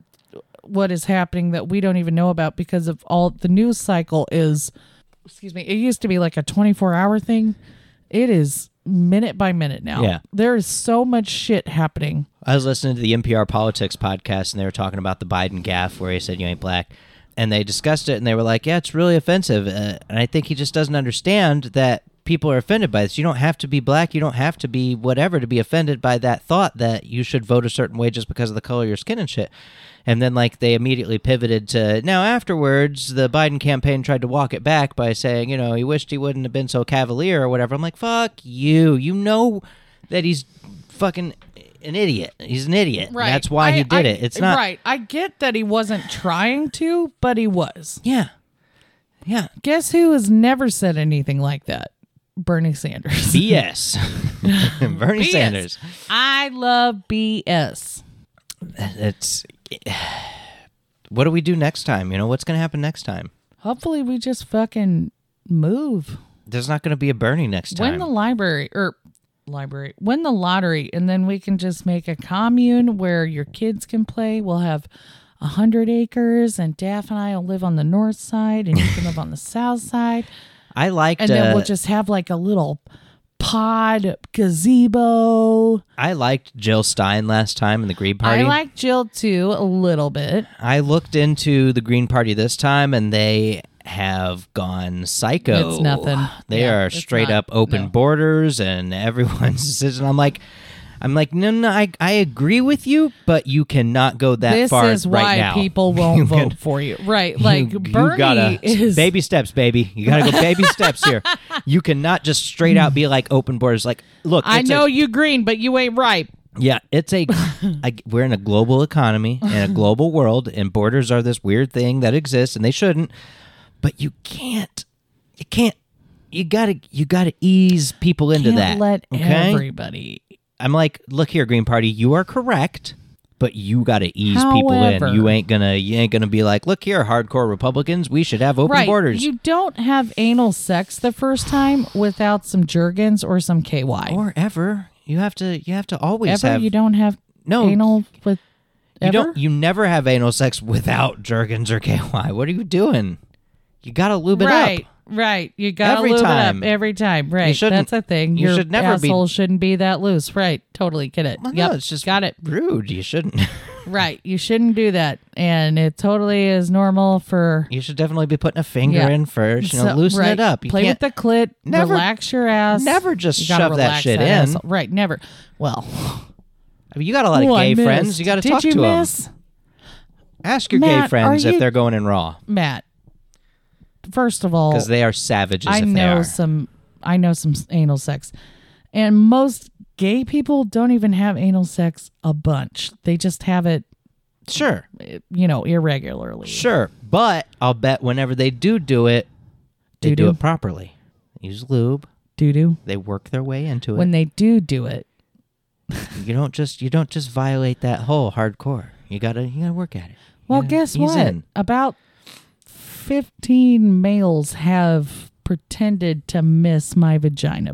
B: what is happening that we don't even know about because of all the news cycle is. Excuse me. It used to be like a 24 hour thing. It is minute by minute now.
A: Yeah.
B: There is so much shit happening.
A: i was listening to the npr politics podcast and they were talking about the biden gaffe where he said you ain't black and they discussed it and they were like yeah it's really offensive uh, and i think he just doesn't understand that people are offended by this you don't have to be black you don't have to be whatever to be offended by that thought that you should vote a certain way just because of the color of your skin and shit and then like they immediately pivoted to now afterwards the biden campaign tried to walk it back by saying you know he wished he wouldn't have been so cavalier or whatever i'm like fuck you you know that he's fucking an idiot he's an idiot And that's why he did it it's not
B: right. I get that he wasn't trying to, but he was.
A: yeah
B: (laughs)
A: yeah
B: Guess who has never said anything like that? Bernie Sanders. (laughs)
A: BS. (laughs) Bernie
B: BS.
A: Sanders.
B: I love BS.
A: It's what do we do next time? You know what's going to happen next time?
B: Hopefully, we just fucking move.
A: There's not going to be a Bernie next
B: Win
A: time.
B: the library or library. Win the lottery, and then we can just make a commune where your kids can play. We'll have a hundred acres, and Daff and I will live on the north side, and you can live on the south side,
A: I liked.
B: and then
A: uh,
B: we'll just have like a little pod gazebo.
A: I liked Jill Stein last time in the Green Party.
B: I like Jill too a little bit.
A: I looked into the Green Party this time, and they have gone psycho.
B: It's nothing.
A: They
B: Yeah,
A: are
B: it's
A: straight
B: not-
A: up open
B: no.
A: borders and everyone's (laughs) decision. I'm like. I'm like, no, no, I, I agree with you, but you cannot go that
B: this
A: far
B: is
A: right
B: why
A: now.
B: people
A: (laughs) You
B: won't
A: can-
B: vote
A: (laughs)
B: for you, right? Like
A: you, you
B: Bernie
A: gotta,
B: is
A: baby steps, baby. You gotta go
B: (laughs)
A: baby steps here. You cannot just straight out be like open borders. Like, look,
B: I
A: it's
B: know
A: A,
B: you green, but you ain't ripe.
A: yeah, it's
B: (laughs)
A: a. I, we're in a global economy and a global world, and borders are this weird thing that exists, and they shouldn't. But you can't. You can't. You gotta. You gotta ease people into that.
B: Can't let
A: okay.
B: everybody.
A: I'm like, look here, Green Party, you are correct, but you got to ease people in.
B: However-
A: You ain't gonna, you ain't gonna be like, look here, hardcore Republicans, we should have open
B: Right,
A: borders.
B: you don't have anal sex the first time without some Jergens or some KY.
A: or ever. You have to you have to always
B: ever
A: have
B: you don't have
A: No,
B: anal with
A: you
B: ever.
A: don't you never have anal sex without Jergens or KY. What are you doing? You gotta lube it
B: right,
A: up.
B: right. You gotta
A: Every
B: lube
A: time.
B: it up every time. Right,
A: shouldn't-
B: that's a thing.
A: you
B: Your
A: should never be-
B: asshole shouldn't be that loose. Right, totally get it.
A: Well,
B: yep,
A: no, it's just
B: got it.
A: rude. You shouldn't (laughs)
B: Right. You shouldn't do that. And it totally is normal for.
A: you should definitely be putting a finger
B: Yeah.
A: in first. You know,
B: So-
A: loosen
B: right.
A: it up. You
B: Play
A: can't,
B: with the clit.
A: Never-
B: relax your ass.
A: never just
B: You gotta
A: shove that
B: relax
A: shit in.
B: asshole. Right. Never. Well,
A: I mean, you got a lot of
B: oh, I
A: gay
B: missed.
A: friends. You gotta
B: Did
A: talk
B: you
A: to them.
B: miss?
A: Ask your gay
B: Matt,
A: friends
B: are
A: if
B: you-
A: they're going in raw.
B: Matt. First of all,
A: Because they are savages
B: Oh, I
A: if they
B: know
A: are.
B: some. I know some s- anal sex, and most gay people don't even have anal sex a bunch. They just have it,
A: Sure.
B: eh, you know, irregularly.
A: Sure. But I'll bet whenever they do do it, they do
B: Doo-doo.
A: it properly. Use lube.
B: Doo doo.
A: They work their way into it.
B: When they do do it,
A: You don't just you don't just violate that whole hardcore. You gotta you gotta work
B: (laughs)
A: at it.
B: Well,
A: You know,
B: guess
A: ease
B: what?
A: in.
B: About 15 males have pretended to miss my vagina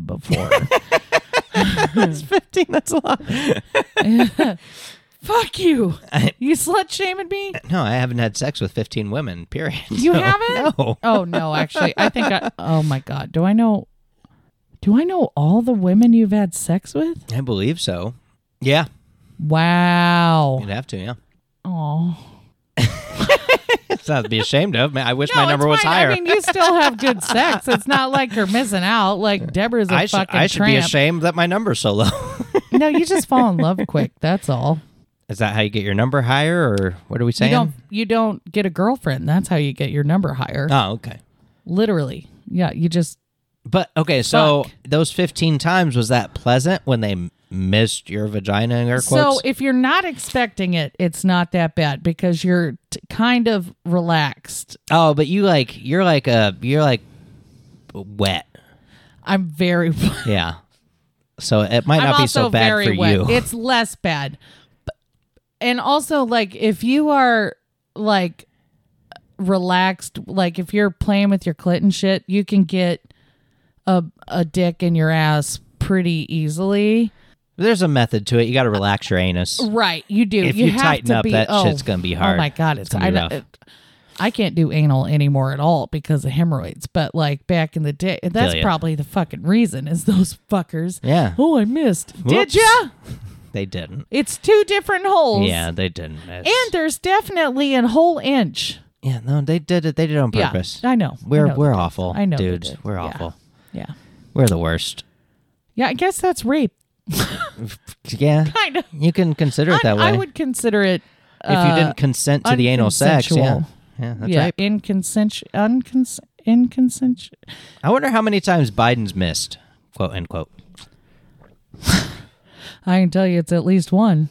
A: (laughs)
B: before.
A: It's fifteen. That's a lot.
B: Fuck you. You slut shaming me?
A: (laughs) No, I haven't had sex with fifteen women. Period. (laughs)
B: You
A: So,
B: haven't?
A: No.
B: Oh, no, actually. I think I. Oh, my God. Do I know. Do I know all the women you've had sex with?
A: I believe so. Yeah,
B: Wow.
A: (laughs) you'd have to. Yeah.
B: Oh.
A: It's not to be ashamed of. Man, I wish my
B: No,
A: number
B: it's
A: was
B: fine.
A: higher.
B: I mean, you still
A: (laughs)
B: have good sex. It's not like you're missing out. Like Deborah's a
A: I should,
B: fucking
A: I should be
B: tramp.
A: ashamed that my number's so low. (laughs)
B: No, you just fall in love quick. That's all.
A: Is that how you get your number higher, or what are we
B: You
A: saying?
B: don't. You don't get a girlfriend. That's how you get your number higher.
A: Oh, okay.
B: Literally. Yeah. You just.
A: But okay, so
B: Fuck.
A: those 15 times was that pleasant when they m- missed your vagina in air quotes?
B: So if you're not expecting it, it's not that bad because you're t- kind of relaxed.
A: oh, but you like you're like a you're like wet.
B: I'm very. (laughs)
A: Yeah. So it might
B: I'm
A: not
B: also
A: be so bad
B: very
A: for
B: wet.
A: you.
B: It's less bad. But- And also, like, if you are like relaxed, like if you're playing with your clit and shit, you can get a a dick in your ass pretty easily.
A: There's a method to it. You got to relax your anus.
B: Right, you do.
A: If you
B: have
A: tighten
B: to
A: up,
B: be,
A: that
B: oh,
A: shit's gonna be hard.
B: Oh my god, it's,
A: gonna be
B: I,
A: rough.
B: it- I can't do anal anymore at all because of hemorrhoids. But like back in the day, that's
A: ya.
B: probably the fucking reason is those fuckers.
A: Yeah.
B: Oh, I missed.
A: Whoops.
B: Did ya?
A: They didn't.
B: It's two different holes.
A: Yeah, they didn't. It's-
B: And there's definitely a whole inch.
A: yeah, no, they did it. They did it on purpose.
B: Yeah, I know. I
A: We're
B: know
A: we're
B: they did.
A: awful.
B: I know they
A: dudes.
B: did.
A: We're
B: Yeah.
A: awful.
B: Yeah.
A: We're the worst.
B: Yeah, I guess that's rape.
A: Yeah.
B: Kind of.
A: You can consider it
B: I,
A: that way.
B: I would consider it.
A: if you
B: uh,
A: didn't consent to the anal sex, yeah.
B: unconsensual.
A: Yeah, that's
B: yeah,
A: right.
B: inconsent, uncons, inconsent.
A: I wonder how many times Biden's missed, quote unquote.
B: I can tell you, it's at least one.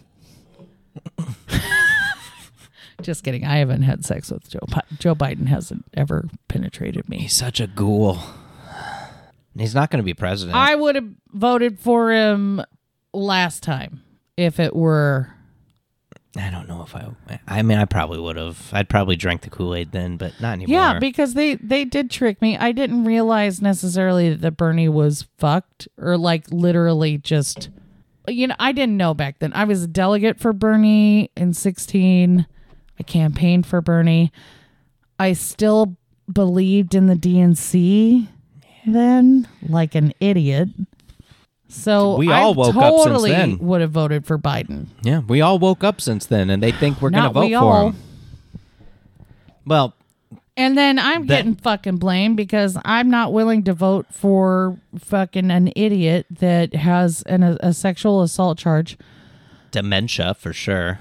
B: (laughs) Just kidding. I haven't had sex with Joe. Bi- Joe Biden hasn't ever penetrated me.
A: He's such a ghoul. He's not going to be president.
B: I would have voted for him last time if it were
A: I don't know if I. I mean, I probably would have. I'd probably drank the Kool Aid then, but not anymore.
B: Yeah, because they they did trick me. I didn't realize necessarily that Bernie was fucked or like literally just you know, I didn't know back then. I was a delegate for Bernie in 16. I campaigned for Bernie. I still believed in the DNC then like an idiot. So
A: We
B: I
A: all woke up since
B: totally
A: then.
B: would have voted for Biden.
A: yeah. We all woke up since then, and they think we're going to
B: Not
A: vote
B: we
A: for
B: all.
A: him. Well,
B: And then I'm
A: That-
B: getting fucking blamed because I'm not willing to vote for fucking an idiot that has an, a, a sexual assault charge.
A: dementia for sure.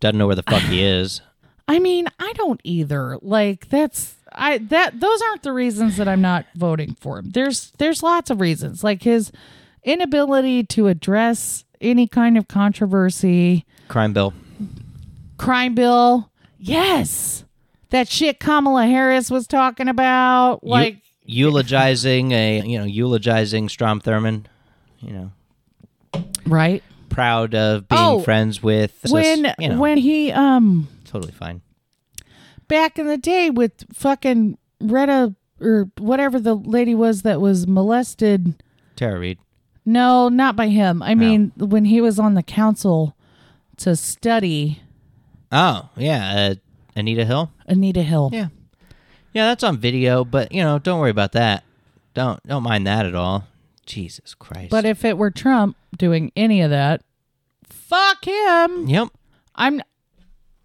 A: Doesn't know where the fuck
B: (laughs)
A: he is.
B: I mean, I don't either. Like that's I that those aren't the reasons that I'm not voting for him. There's there's lots of reasons. Like his inability to address any kind of controversy,
A: Crime bill.
B: crime bill. Yes. That shit Kamala Harris was talking about
A: Eu-
B: like
A: eulogizing a you know eulogizing Strom Thurmond. You know,
B: right?
A: proud of being
B: Oh,
A: friends with. so it's,
B: when
A: you know,
B: when he um
A: totally fine.
B: back in the day with fucking Retta or whatever the lady was that was molested.
A: Tara Reid.
B: No, not by him. I mean, when he was on the council to study
A: Oh yeah, uh, Anita Hill.
B: Anita Hill.
A: Yeah. Yeah, that's on video, but you know, don't worry about that. Don't don't mind that at all. Jesus Christ.
B: But if it were Trump doing any of that, fuck him.
A: yep.
B: I'm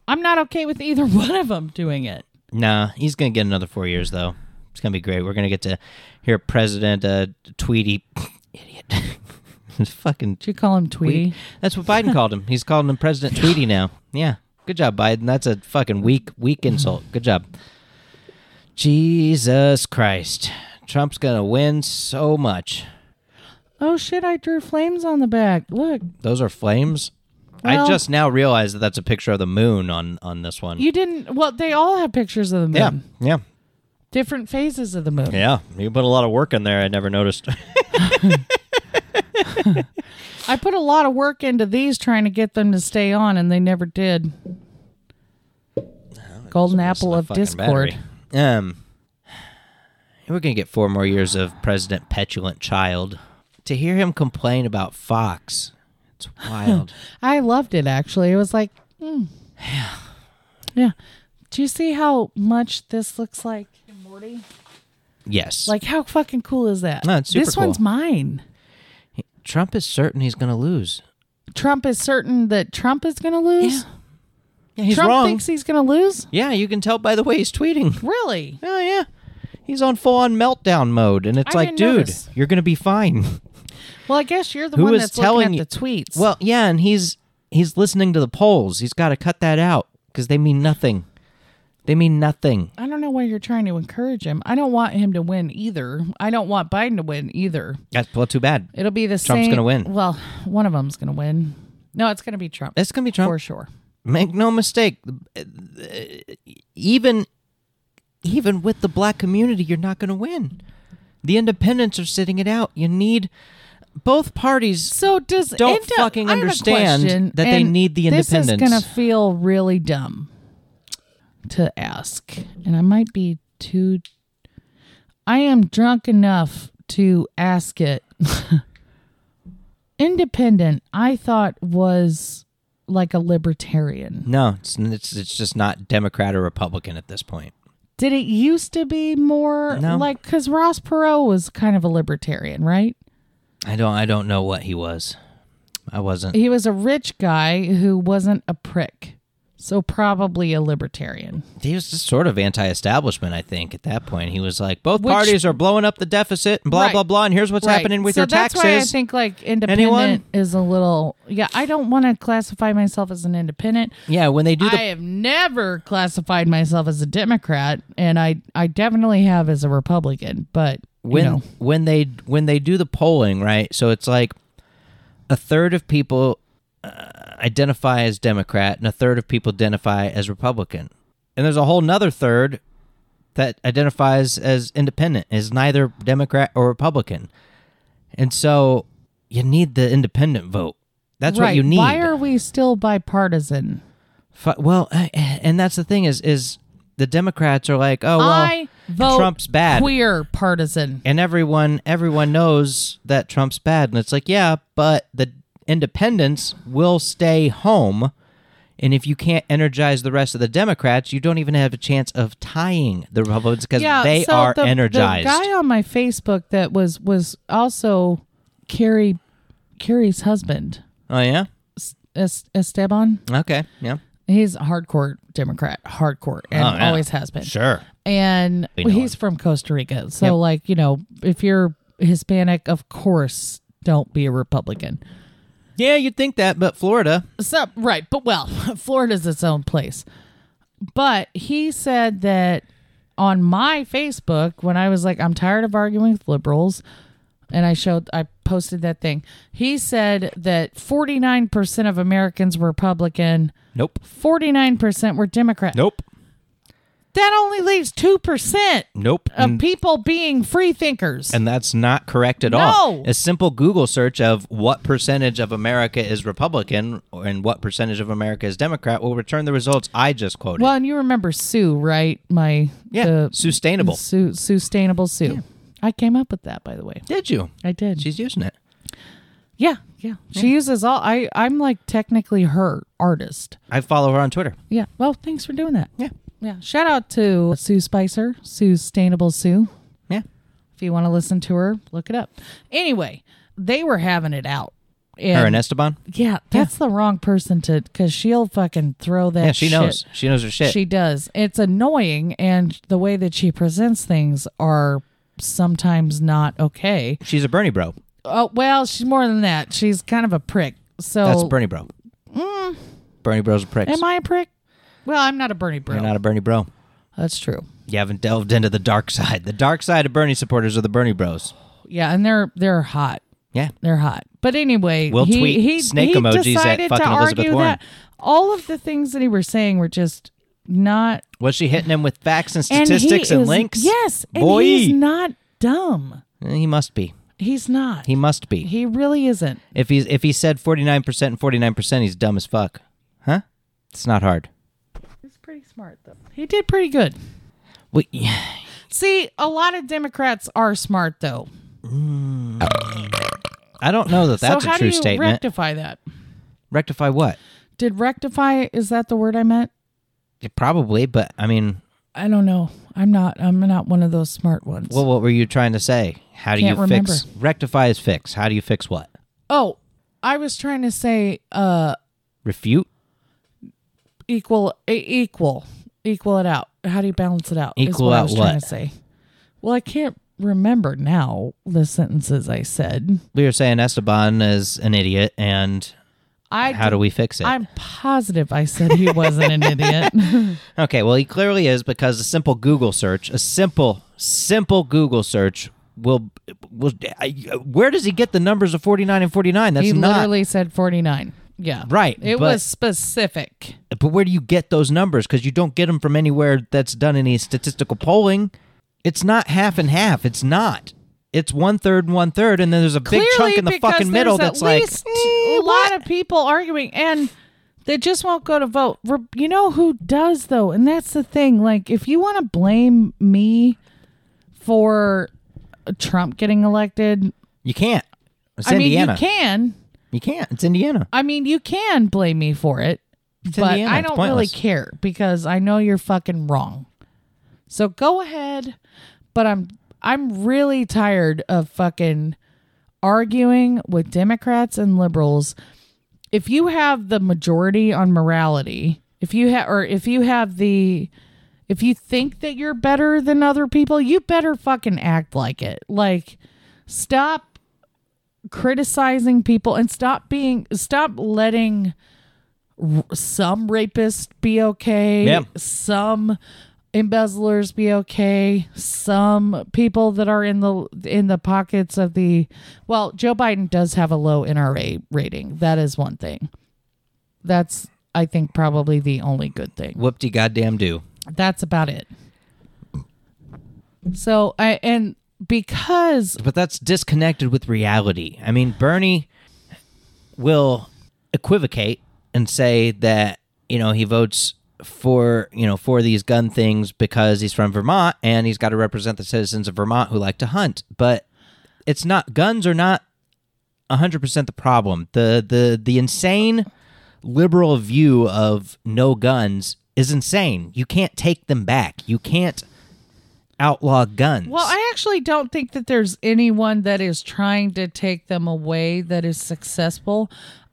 B: I'm not okay with either (laughs) one of them doing it.
A: Nah, he's gonna get another four years though. It's gonna be great. We're gonna get to hear President uh, Tweety (laughs) idiot. Fucking
B: Did you call him Tweety?
A: Tweety. That's what Biden called him. He's calling him President Tweety now. Yeah. Good job, Biden. That's a fucking weak, weak insult. Good job. Jesus Christ. Trump's gonna win so much.
B: Oh shit! I drew flames on the back. Look,
A: Those are flames. I
B: Well-
A: just now realized that that's a picture of the moon on on this one.
B: you didn't. Well, they all have pictures of the moon.
A: yeah, yeah,
B: Different phases of the moon.
A: yeah. You put a lot of work in there. I never
B: (laughs)
A: noticed.
B: I put a lot of work into these trying to get them to stay on, and they never did. Golden apple of
A: Fucking
B: discord.
A: battery. Um, we're gonna get four more years of President Petulant Child. To hear him complain about Fox,
B: (laughs)
A: it's wild.
B: I loved it actually. It was like, mm. yeah, yeah. Do you see how much this looks like Morty?
A: yes,
B: Like, how fucking cool is that?
A: No, it's super
B: this one's
A: cool.
B: mine.
A: Trump is certain he's gonna lose.
B: Trump is certain that Trump is going to lose.
A: Yeah, he's
B: Trump
A: wrong.
B: thinks he's going to lose?
A: yeah, you can tell by the way he's tweeting.
B: Really?
A: Oh yeah. He's on full on meltdown mode and it's
B: I
A: like,
B: didn't
A: dude,
B: notice.
A: you're gonna be fine.
B: (laughs) Well, I guess you're the
A: Who
B: one
A: is
B: that's
A: telling
B: looking
A: you-
B: at the tweets.
A: well, yeah, and he's he's listening to the polls. He's gotta cut that out because they mean nothing. They mean nothing.
B: I don't know why you're trying to encourage him. I don't want him to win either. I don't want Biden to win either.
A: That's well too bad.
B: It'll be the same.
A: Trump's gonna win.
B: Well, one of them's going to win. No, it's going to be Trump
A: It's gonna be Trump.
B: for sure.
A: Make no mistake. Uh, Even even with the black community, you're not gonna win. The independents are sitting it out. You need both parties
B: So does
A: Don't
B: inde-
A: fucking
B: I have a
A: understand
B: question,
A: that they
B: and
A: need the
B: This is
A: independence.
B: gonna feel really dumb to ask, and I might be too. I am drunk enough to ask it. (laughs) Independent, I thought was like a libertarian.
A: No, it's, it's it's just not Democrat or Republican at this point.
B: Did it used to be more
A: No.
B: like because Ross Perot was kind of a libertarian, right?
A: I don't I don't know what he was. I wasn't.
B: He was a rich guy who wasn't a prick, so probably a libertarian.
A: He was just sort of anti-establishment. I think at that point he was like, both
B: Which-
A: parties are blowing up the deficit and blah
B: Right.
A: blah blah. And here's what's
B: Right.
A: happening with
B: so
A: your
B: that's
A: taxes.
B: Why I think like independent
A: Anyone?
B: is a little. Yeah, I don't want to classify myself as an independent.
A: yeah, when they do the
B: I have never classified myself as a Democrat, and I I definitely have as a Republican. But you
A: when
B: know,
A: when they when they do the polling, right? So it's like a third of people uh, identify as Democrat and a third of people identify as Republican, and there's a whole nother third that identifies as independent is neither Democrat or Republican, and so you need the independent vote. That's
B: right?
A: what you need.
B: Why are we still bipartisan?
A: Fi- well, eh, eh, and that's the thing is is the Democrats are like, oh well,
B: I vote
A: Trump's bad.
B: Queer partisan.
A: and everyone everyone knows that Trump's bad and it's like yeah but the independents will stay home and if you can't energize the rest of the Democrats you don't even have a chance of tying the Republicans because they
B: so
A: are
B: the,
A: energized
B: The guy on my Facebook that was was also Carrie Carrie's husband,
A: oh yeah
B: Es- Esteban.
A: okay yeah
B: He's a hardcore Democrat, hardcore, and
A: Oh, yeah.
B: always has been.
A: sure
B: And
A: We know
B: he's from Costa Rica. So, like, you know, if you're Hispanic, of course, don't be a Republican.
A: yeah you'd think that but Florida
B: So, right. But, well, (laughs) Florida's its own place. But he said that on my Facebook, when I was like, I'm tired of arguing with liberals, and I showed, I posted that thing, he said that 49% of Americans were Republican,
A: nope
B: 49% were Democrat.
A: nope
B: that only leaves 2%
A: nope
B: of
A: and,
B: people being free thinkers.
A: Mm. and that's not correct at all
B: No.
A: a simple Google search of what percentage of America is Republican and what percentage of America is Democrat will return the results I just quoted
B: well, and you remember Sue, right? My
A: Yeah,
B: the-
A: sustainable.
B: Sue, sustainable Sue. I came up with that, by the way.
A: Did you?
B: I did.
A: She's using it.
B: yeah, yeah. She uses all. I I'm like technically her artist.
A: I follow her on Twitter.
B: Yeah. Well, thanks for doing that.
A: Yeah,
B: Yeah. Shout out to Sue Spicer, Sustainable Sue.
A: yeah.
B: If you want to listen to her, look it up. Anyway, they were having it out.
A: Her
B: And
A: and Esteban.
B: yeah, that's the wrong person to because she'll fucking throw that.
A: Yeah, she
B: shit.
A: knows. She knows her shit.
B: She does. It's annoying, and the way that she presents things are sometimes not okay.
A: She's a Bernie bro.
B: Oh well, she's more than that. She's kind of a prick. So
A: That's a Bernie bro. Bernie bros are pricks.
B: Oh. Mm. Am I a prick? Well, I'm not a Bernie bro.
A: You're not a Bernie bro.
B: That's true.
A: You haven't delved into the dark side. The dark side of Bernie supporters are the Bernie bros.
B: Yeah, and they're they're hot.
A: Yeah.
B: They're hot. But anyway,
A: We'll
B: he,
A: tweet
B: he,
A: snake
B: he
A: emojis at
B: decided
A: fucking
B: to
A: Elizabeth
B: argue
A: Warren.
B: that all of the things that he was saying were just not
A: Was she hitting him with facts and
B: and he
A: statistics and,
B: is-
A: links?
B: Yes, and
A: Boy.
B: he's not dumb.
A: Eh, he must be.
B: He's not.
A: He must be.
B: he really isn't.
A: if he's if he said 49% and 49%, he's dumb as fuck. Huh? It's not hard.
B: He's pretty smart though. He did pretty good.
A: Well, yeah.
B: See, a lot of Democrats are smart though.
A: (sighs) I don't know that that's
B: so how
A: a true
B: do you
A: statement.
B: rectify that?
A: rectify what?
B: Did rectify is that the word I meant?
A: Yeah, probably, but I mean,
B: I don't know. I'm not I'm not one of those smart ones.
A: Well, what were you trying to say? How do
B: Can't
A: you
B: remember.
A: fix rectify is fix? How do you fix what?
B: oh, I was trying to say uh
A: Refute?
B: equal e- equal equal it out. How do you balance it out?
A: Equal
B: what I
A: out
B: was trying
A: what?
B: to say. Well, I can't remember now the sentences I said.
A: We were saying Esteban is an idiot, and
B: I
A: how do we fix it?
B: I'm positive I said he wasn't
A: (laughs)
B: an idiot.
A: Okay, well, he clearly is because a simple Google search, a simple, simple Google search will, will I, where does he get the numbers of 49 and 49? That's
B: he
A: not,
B: literally said 49. Yeah.
A: Right,
B: It
A: but-
B: was specific.
A: but where do you get those numbers? Because you don't get them from anywhere that's done any statistical polling. It's not half and half. It's not. It's one third and one third, and then there's a big chunk in the
B: because
A: fucking
B: there's
A: middle
B: at
A: that's like, "Eh,
B: least a lot of people arguing and they just won't go to vote. Re- You know who does though, and that's the thing. Like, if you want to blame me for Trump getting elected,
A: you can't. It's
B: I mean,
A: Indiana.
B: you can.
A: you can't. It's Indiana.
B: I mean, you can blame me for it, but
A: Indiana.
B: I
A: It's
B: don't really
A: pointless.
B: care because I know you're fucking wrong. So go ahead, but I'm I'm really tired of fucking arguing with Democrats and liberals. If you have the majority on morality, if you have or if you have the if you think that you're better than other people, you better fucking act like it. Like stop criticizing people and stop being stop letting r- some rapists be okay
A: Yeah.
B: some embezzlers be okay some people that are in the in the pockets of the well joe biden does have a low nra rating that is one thing that's i think probably the only good thing
A: Whoop de goddamn do.
B: that's about it so i and because
A: but that's disconnected with reality. I mean, Bernie will equivocate and say that you know he votes for you know for these gun things because he's from Vermont and he's got to represent the citizens of Vermont who like to hunt. But it's not guns are not hundred percent the problem. The the the insane liberal view of no guns is insane. You can't take them back. You can't outlaw guns.
B: Well, I actually don't think that there's anyone that is trying to take them away that is successful.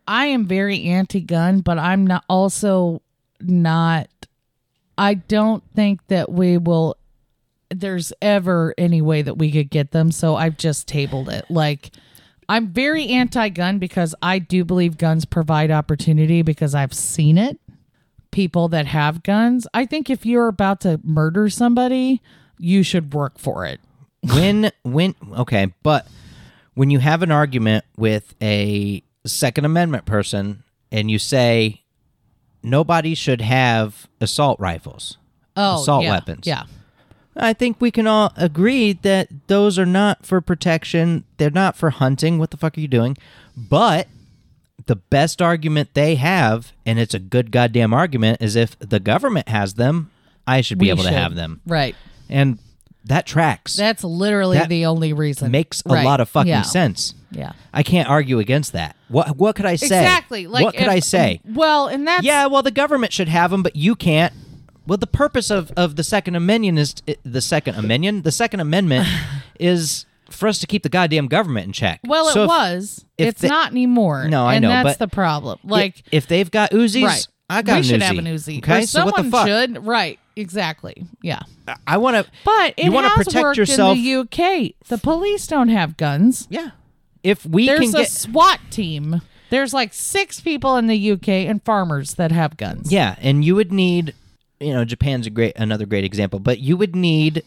B: I am very anti-gun, but I'm not also not I don't think that we will there's ever any way that we could get them, so I've just tabled it. Like I'm very anti-gun because I do believe guns provide opportunity because I've seen it people that have guns. I think if you're about to murder somebody, you should work for it.
A: when when okay but when you have an argument with a second amendment person and you say nobody should have assault rifles
B: Oh,
A: Assault
B: yeah,
A: weapons.
B: Yeah.
A: i think we can all agree that those are not for protection they're not for hunting what the fuck are you doing but the best argument they have and it's a good goddamn argument is if the government has them i should be
B: We
A: able
B: should.
A: to have them
B: Right.
A: and that tracks
B: That's literally
A: That
B: the only reason.
A: makes a
B: Right.
A: lot of fucking
B: Yeah.
A: sense
B: Yeah.
A: I can't argue against that. What what could I say?
B: Exactly. Like
A: what could
B: if-
A: I say?
B: Well, and that's
A: Yeah, well, the government should have them, but you can't. Well, the purpose of, of the Second Amendment is the Second Amendment. The Second
B: (sighs)
A: Amendment is for us to keep the goddamn government in check.
B: Well, it
A: So if-
B: was.
A: if
B: it's
A: the-
B: not anymore.
A: No, I
B: and
A: know, but
B: That's the problem. Like
A: if, they've got Uzis,
B: right.
A: I got
B: we
A: an
B: should
A: Uzi.
B: have an Uzi.
A: Okay,
B: Or
A: so what the
B: someone
A: fuck?
B: should. Right. Exactly. Yeah.
A: I- I want to.
B: But it
A: you wanna
B: has
A: protect
B: worked
A: yourself.
B: in the UK. The police don't have guns.
A: yeah. If we
B: There's
A: can
B: a
A: get
B: SWAT team. There's like six people in the UK and farmers that have guns.
A: Yeah, and you would need, you know, Japan's a great another great example, but you would need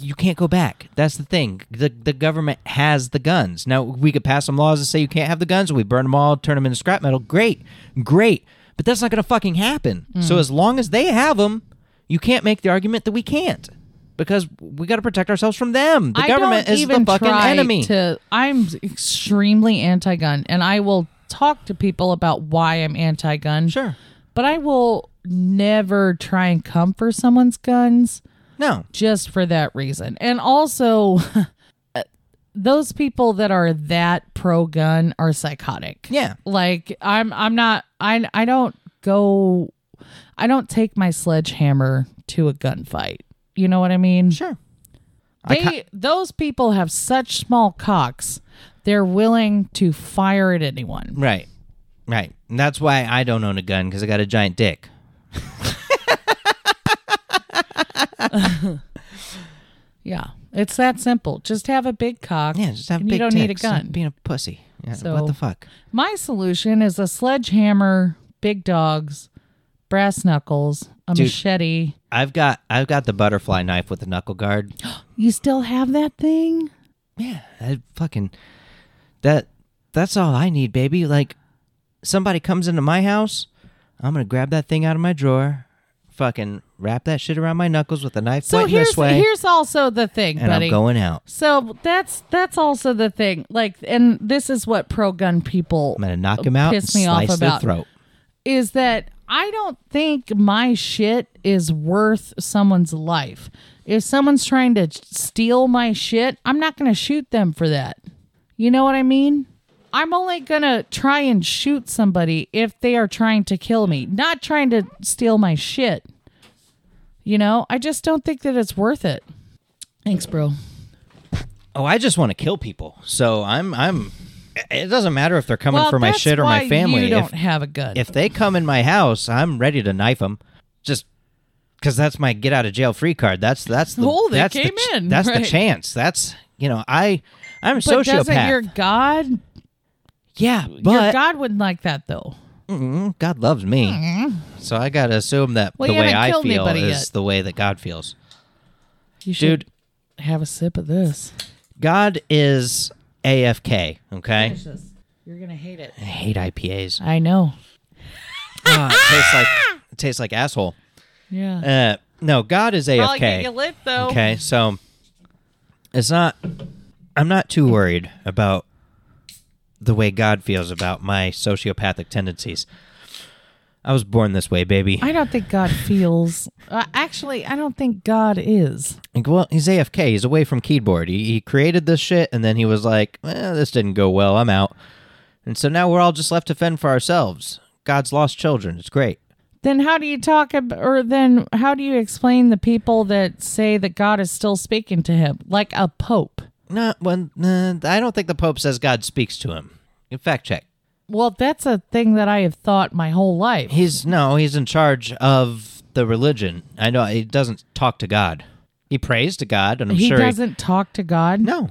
A: you can't go back. That's the thing. The the government has the guns. Now we could pass some laws and say you can't have the guns. We burn them all, turn them into scrap metal. Great, great. But that's not going to fucking happen.
B: Mm.
A: So as long as they have them, you can't make the argument that we can't because we got to protect ourselves from them. The
B: I
A: government
B: don't
A: is
B: even
A: the fucking
B: try
A: enemy.
B: To, I'm extremely anti-gun, and I will talk to people about why I'm anti-gun.
A: Sure.
B: but I will never try and come for someone's guns
A: No.
B: just for that reason. And also, (laughs) uh, those people that are that pro-gun are psychotic.
A: Yeah.
B: like i'm i'm not i i don't go i don't take my sledgehammer to a gunfight you know what i mean
A: Sure. I ca-
B: they those people have such small cocks they're willing to fire at anyone
A: Right. Right. And that's why I don't own a gun because I got a giant dick.
B: Yeah, it's that simple. Just have a big cock.
A: Yeah, just have
B: and
A: big
B: You don't need a
A: tits and
B: gun.
A: Being a pussy. Yeah,
B: So-
A: what the fuck?
B: My solution is a sledgehammer, big dogs, brass knuckles, a
A: Dude.
B: machete.
A: I've got I've got the butterfly knife with the knuckle guard.
B: You still have that thing?
A: (gasps) yeah, I fucking that that's all I need, baby. Like somebody comes into my house, I'm gonna grab that thing out of my drawer, fucking wrap that shit around my knuckles with a knife
B: So
A: pointing
B: here's
A: this way,
B: here's also the thing,
A: and
B: buddy.
A: I'm going out.
B: so that's that's also the thing. Like, and this is what pro gun people
A: I'm gonna knock him out
B: Oh, Piss
A: and
B: me off
A: slice their
B: about-
A: throat.
B: is that I don't think my shit is worth someone's life. If someone's trying to steal my shit, I'm not going to shoot them for that. You know what I mean? I'm only going to try and shoot somebody if they are trying to kill me, not trying to steal my shit. You know, I just don't think that it's worth it. Thanks, bro.
A: Oh, I just want to kill people. So I'm I'm. It doesn't matter if they're coming
B: Well,
A: for my
B: that's
A: shit or
B: why
A: my family.
B: You don't
A: If
B: have a gun.
A: if they come in my house, I'm ready to knife them. Just because that's my get out of jail free card. That's that's the
B: Oh, they
A: that's
B: came
A: the, ch-
B: in,
A: That's
B: right.
A: the chance. That's you know I I'm a
B: but doesn't
A: sociopath.
B: your God,
A: yeah,
B: your
A: but
B: God wouldn't like that though.
A: mm, God loves me, so I gotta assume that
B: Mm-hmm. Well,
A: the
B: you
A: way
B: haven't
A: I
B: killed
A: feel is
B: anybody yet.
A: the way that God feels.
B: You should
A: Dude.
B: have a sip of this.
A: God is AFK. Okay,
B: You're gonna hate it.
A: I hate
B: (laughs)
A: IPAs.
B: I know.
A: Ah, it tastes like it tastes like asshole. Uh,
B: Yeah.
A: no, God is AFK.
B: lit though.
A: Okay, so it's not. I'm not too worried about the way God feels about my sociopathic tendencies. I was born this way, baby.
B: I don't think God feels. Uh, actually, I don't think God is.
A: Like, well, he's AFK. He's away from keyboard. He, he created this shit, and then he was like, eh, "This didn't go well. I'm out." And so now we're all just left to fend for ourselves. God's lost children. It's great.
B: Then how do you talk? Ab- or then how do you explain the people that say that God is still speaking to him, like a pope?
A: No, when uh, I don't think the Pope says God speaks to him. Fact check.
B: Well, that's a thing that I have thought my whole life.
A: He's no, he's in charge of the religion. I know he doesn't talk to God. He prays to God, and I'm
B: he
A: sure
B: doesn't talk to God.
A: He, no,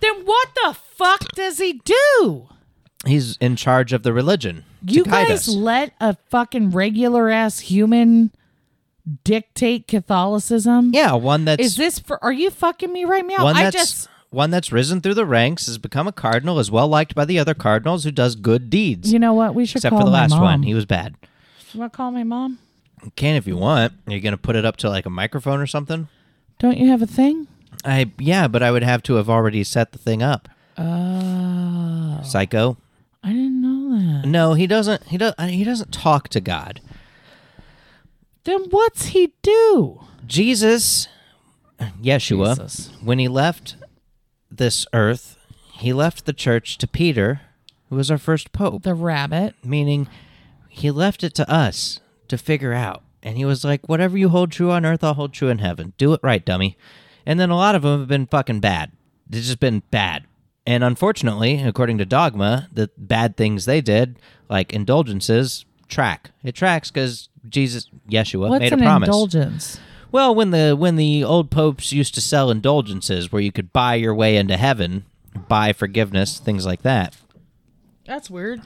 B: Then what the fuck does he do?
A: he's in charge of the religion. to
B: You
A: guide
B: guys
A: us.
B: let a fucking regular ass human dictate Catholicism?
A: yeah, one that's
B: Is this for are you fucking me right now?
A: one
B: I
A: that's
B: just
A: one that's risen through the ranks, has become a cardinal, is well liked by the other cardinals, who does good deeds.
B: you know what? We should
A: Except
B: call
A: for the
B: my
A: last
B: mom.
A: one, he was bad.
B: you wanna call my mom?
A: You can if you want. Are you going to put it up to like a microphone or something?
B: Don't you have a thing?
A: I yeah, but I would have to have already set the thing up.
B: Uh
A: Psycho.
B: I didn't know that.
A: No, he doesn't. He does. He doesn't talk to God.
B: Then what's he do?
A: Jesus, Yeshua,
B: Jesus.
A: when he left this earth, he left the church to Peter, who was our first pope,
B: The rabbit.
A: meaning he left it to us to figure out. And he was like, whatever you hold true on earth, I'll hold true in heaven. Do it right, dummy. And then a lot of them have been fucking bad. They've just been bad. And unfortunately, according to dogma, the bad things they did, like indulgences, track. It tracks because Jesus, Yeshua,
B: What's
A: made a
B: an
A: promise.
B: indulgence?
A: Well, when the when the old popes used to sell indulgences where you could buy your way into heaven, buy forgiveness, things like that.
B: That's weird.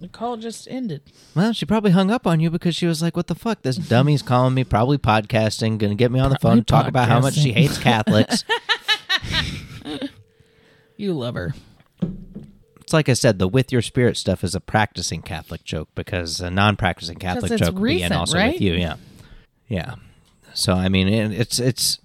B: The call just ended.
A: Well, she probably hung up on you because she was like, "What the fuck? This dummy's calling me, probably podcasting, going to get me on the phone,
B: Probably
A: and talk about how much she
B: podcasting.
A: hates
B: (laughs)
A: Catholics."
B: You love her.
A: it's like I said, the with your spirit stuff is a practicing Catholic joke because a non-practicing Catholic
B: it's
A: joke would be in
B: recent,
A: also
B: right?
A: with you, yeah, yeah. So I mean, it- it's it's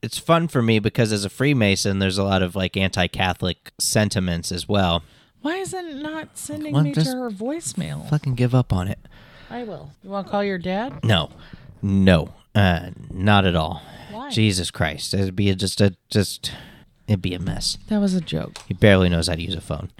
A: it's fun for me because as a Freemason, there's a lot of like anti-Catholic sentiments as well.
B: Why isn't it not sending
A: Well,
B: me
A: just-
B: to her voicemail?
A: fucking give up on it.
B: I will. You want to call your dad?
A: No, no, uh, not at all.
B: Why?
A: Jesus Christ, it'd be just a just, it'd be a mess.
B: That was a joke.
A: He barely knows how to use a phone.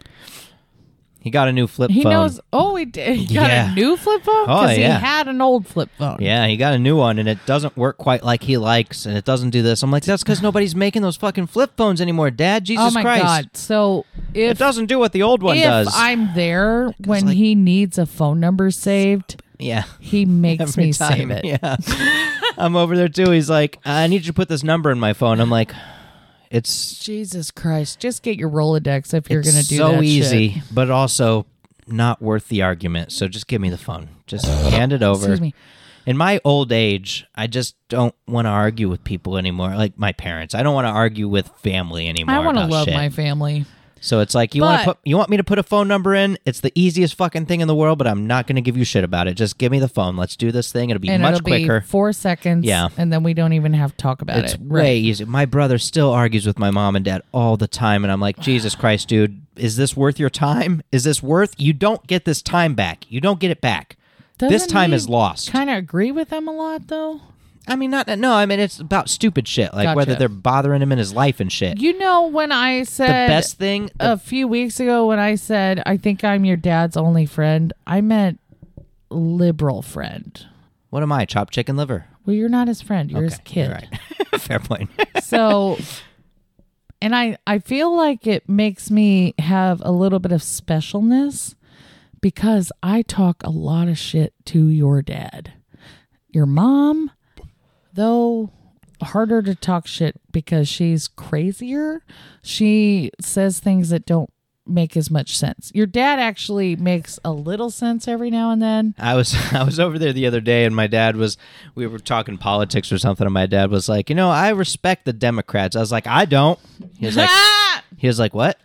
A: He got a new flip
B: He
A: phone.
B: knows. Oh, he did. He got
A: Yeah.
B: a new flip phone
A: Oh,
B: because
A: yeah.
B: he had an old flip phone.
A: Yeah, he got a new one, and it doesn't work quite like he likes, and it doesn't do this. I'm like, that's
B: (laughs)
A: because nobody's making those fucking flip phones anymore, Dad. Jesus
B: oh my
A: Christ,
B: god. So
A: it
B: if
A: doesn't do what the old one
B: if
A: does.
B: I'm there when
A: like-
B: (laughs) he needs a phone number saved,
A: yeah,
B: he
A: (laughs)
B: makes
A: every
B: me
A: time.
B: (laughs) save it.
A: Yeah, I'm over there too. He's like, I need you to put this number in my phone. I'm like, it's
B: Jesus Christ. Just get your Rolodex if you're
A: it's
B: going to do
A: so
B: that
A: easy,
B: shit.
A: but also not worth the argument. So just give me the phone. Just hand it over.
B: Excuse me.
A: In my old age, I just don't want to argue with people anymore. Like my parents, I don't want to argue with family anymore.
B: I want to
A: about
B: love
A: shit.
B: my family.
A: So it's like you want to
B: But-
A: put you want me to put a phone number in. It's the easiest fucking thing in the world, but I'm not going to give you shit about it. Just give me the phone. Let's do this thing. It'll be
B: And
A: much
B: it'll
A: quicker.
B: be four seconds.
A: Yeah.
B: And then we don't even have to talk about
A: it's
B: it.
A: way easier. My brother still argues with my mom and dad all the time, and I'm like, Jesus Christ, dude, is this worth your time? Is this worth? You don't get this time back. You don't get it back. this
B: Doesn't
A: time
B: he
A: is lost.
B: Kind of agree with them a lot, though.
A: I mean, not no. I mean, it's about stupid shit, like
B: Gotcha.
A: whether they're bothering him in his life and shit.
B: You know, when I
A: the
B: said
A: best thing, uh, the
B: a few weeks ago, when I said, I think I'm your dad's only friend, I meant liberal friend.
A: What am I? Chopped chicken liver.
B: Well, you're not his friend. You're his
A: Okay,
B: kid.
A: you're right. (laughs) Fair point.
B: so and i i feel like it makes me have a little bit of specialness because i talk a lot of shit to your dad your mom though harder to talk shit because she's crazier she says things that don't make as much sense your dad actually makes a little sense every now and then
A: I was (laughs) I was over there the other day, and my dad was we were talking politics or something, and my dad was like, you know, I respect the Democrats. I was like, I don't. He was like,
B: Ah!
A: he was like, what?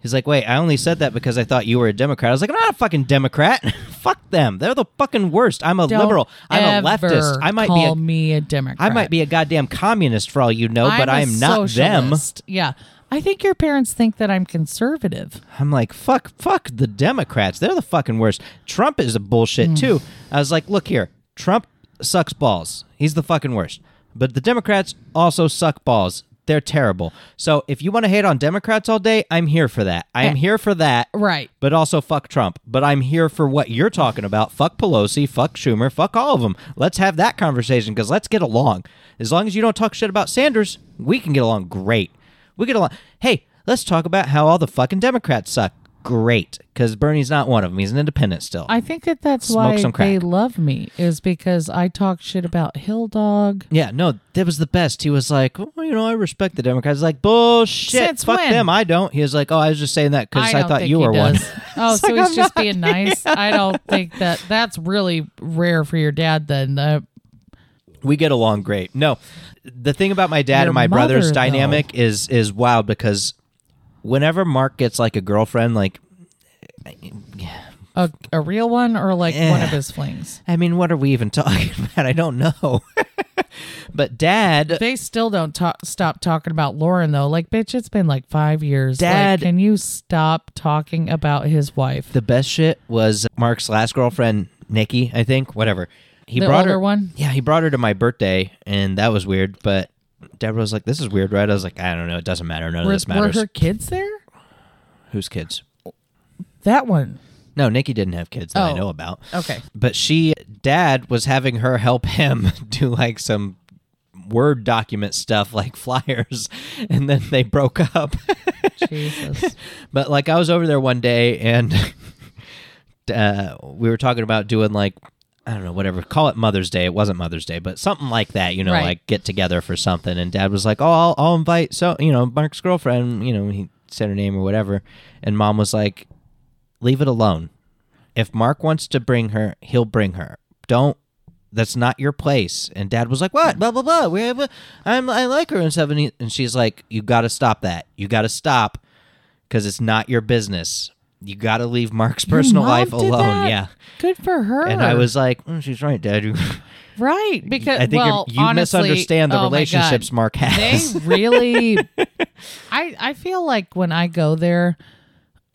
A: He's like, wait, I only said that because I thought you were a Democrat. I was like, I'm not a fucking Democrat. (laughs) Fuck them. They're the fucking worst. I'm a
B: Don't
A: liberal. I'm a leftist.
B: ever
A: I might be
B: call
A: a,
B: me a democrat
A: I might be a goddamn communist for all you know, Oh, but
B: I'm
A: I
B: a
A: am not them.
B: socialist. Yeah. I think your parents think that I'm conservative.
A: I'm like, fuck, fuck the Democrats. They're the fucking worst. Trump is a
B: Mm.
A: bullshit too. I was like, look here, Trump sucks balls. He's the fucking worst. But the Democrats also suck balls. They're terrible. So if you want to hate on Democrats all day, I'm here for that. I
B: Eh.
A: am here for that.
B: Right.
A: But also fuck Trump. But I'm here for what you're talking about. Fuck Pelosi. Fuck Schumer. Fuck all of them. Let's have that conversation because let's get along. As long as you don't talk shit about Sanders, we can get along great. We get along. Hey, let's talk about how all the fucking Democrats suck. Great, because Bernie's not one of them. He's an independent still.
B: I think that that's
A: Smoke
B: why
A: some
B: they
A: crack.
B: love me is because I talk shit about Hill Dog.
A: yeah, no, that was the best. He was like, well, you know, I respect the Democrats. Like, bullshit.
B: Since
A: fuck
B: when?
A: them. I don't. He was like, oh, I was just saying that because I,
B: don't
A: thought
B: think
A: you
B: he
A: were one. (laughs)
B: does. Oh, so
A: like,
B: he's
A: I'm
B: just
A: (laughs)
B: being nice. I don't think that that's really rare for your dad. Then uh,
A: we get along great. No, the thing about my dad
B: Your
A: and my
B: mother,
A: brother's
B: though.
A: dynamic is is wild because whenever Mark gets like a girlfriend, like
B: a, a real one or like one
A: Eh.
B: of his flings.
A: I mean, what are we even (laughs) talking about? I don't know. (laughs) but dad,
B: They still don't ta- stop talking about Lauren though. Like, bitch, it's been like five years. Like,
A: Dad-
B: can you stop talking about his wife?
A: the best shit was Mark's last girlfriend, Nikki. I think whatever. He
B: The
A: brought her
B: older one?
A: Yeah, he brought her to my birthday, and that was weird. But Deborah was like, "This is weird, right?" I was like, "I don't know. It doesn't matter. None
B: were,
A: of this matters.
B: were her kids there?
A: Whose kids?"
B: That one.
A: No, Nikki didn't have kids that I
B: Oh.
A: know about.
B: Okay.
A: but she dad was having her help him (laughs) do like some word document stuff like flyers (laughs) and then they broke up (laughs)
B: Jesus.
A: but like i was over there one day and (laughs) uh, we were talking about doing like i don't know whatever call it mother's day it wasn't mother's day but something like that you know
B: Right.
A: like get together for something and dad was like oh I'll, I'll invite so you know mark's girlfriend you know he said her name or whatever and mom was like leave it alone if Mark wants to bring her, he'll bring her. Don't. That's not your place. And Dad was like, "What? Blah blah blah. We have a, I'm I like her and stuff." And, he, and she's like, "You got to stop that. You got to stop, because it's not your business. You got to leave Mark's personal
B: Mom
A: life
B: did
A: alone."
B: that?
A: Yeah.
B: Good for her.
A: And I was like, "Mm, "She's right, Dad. You,
B: right because
A: I think you're-
B: well,
A: you
B: honestly,
A: misunderstand the
B: oh my God.
A: relationships Mark
B: They
A: (laughs) has."
B: really. I I feel like when I go there